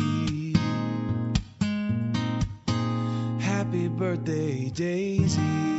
Speaker 14: Happy birthday, Daisy.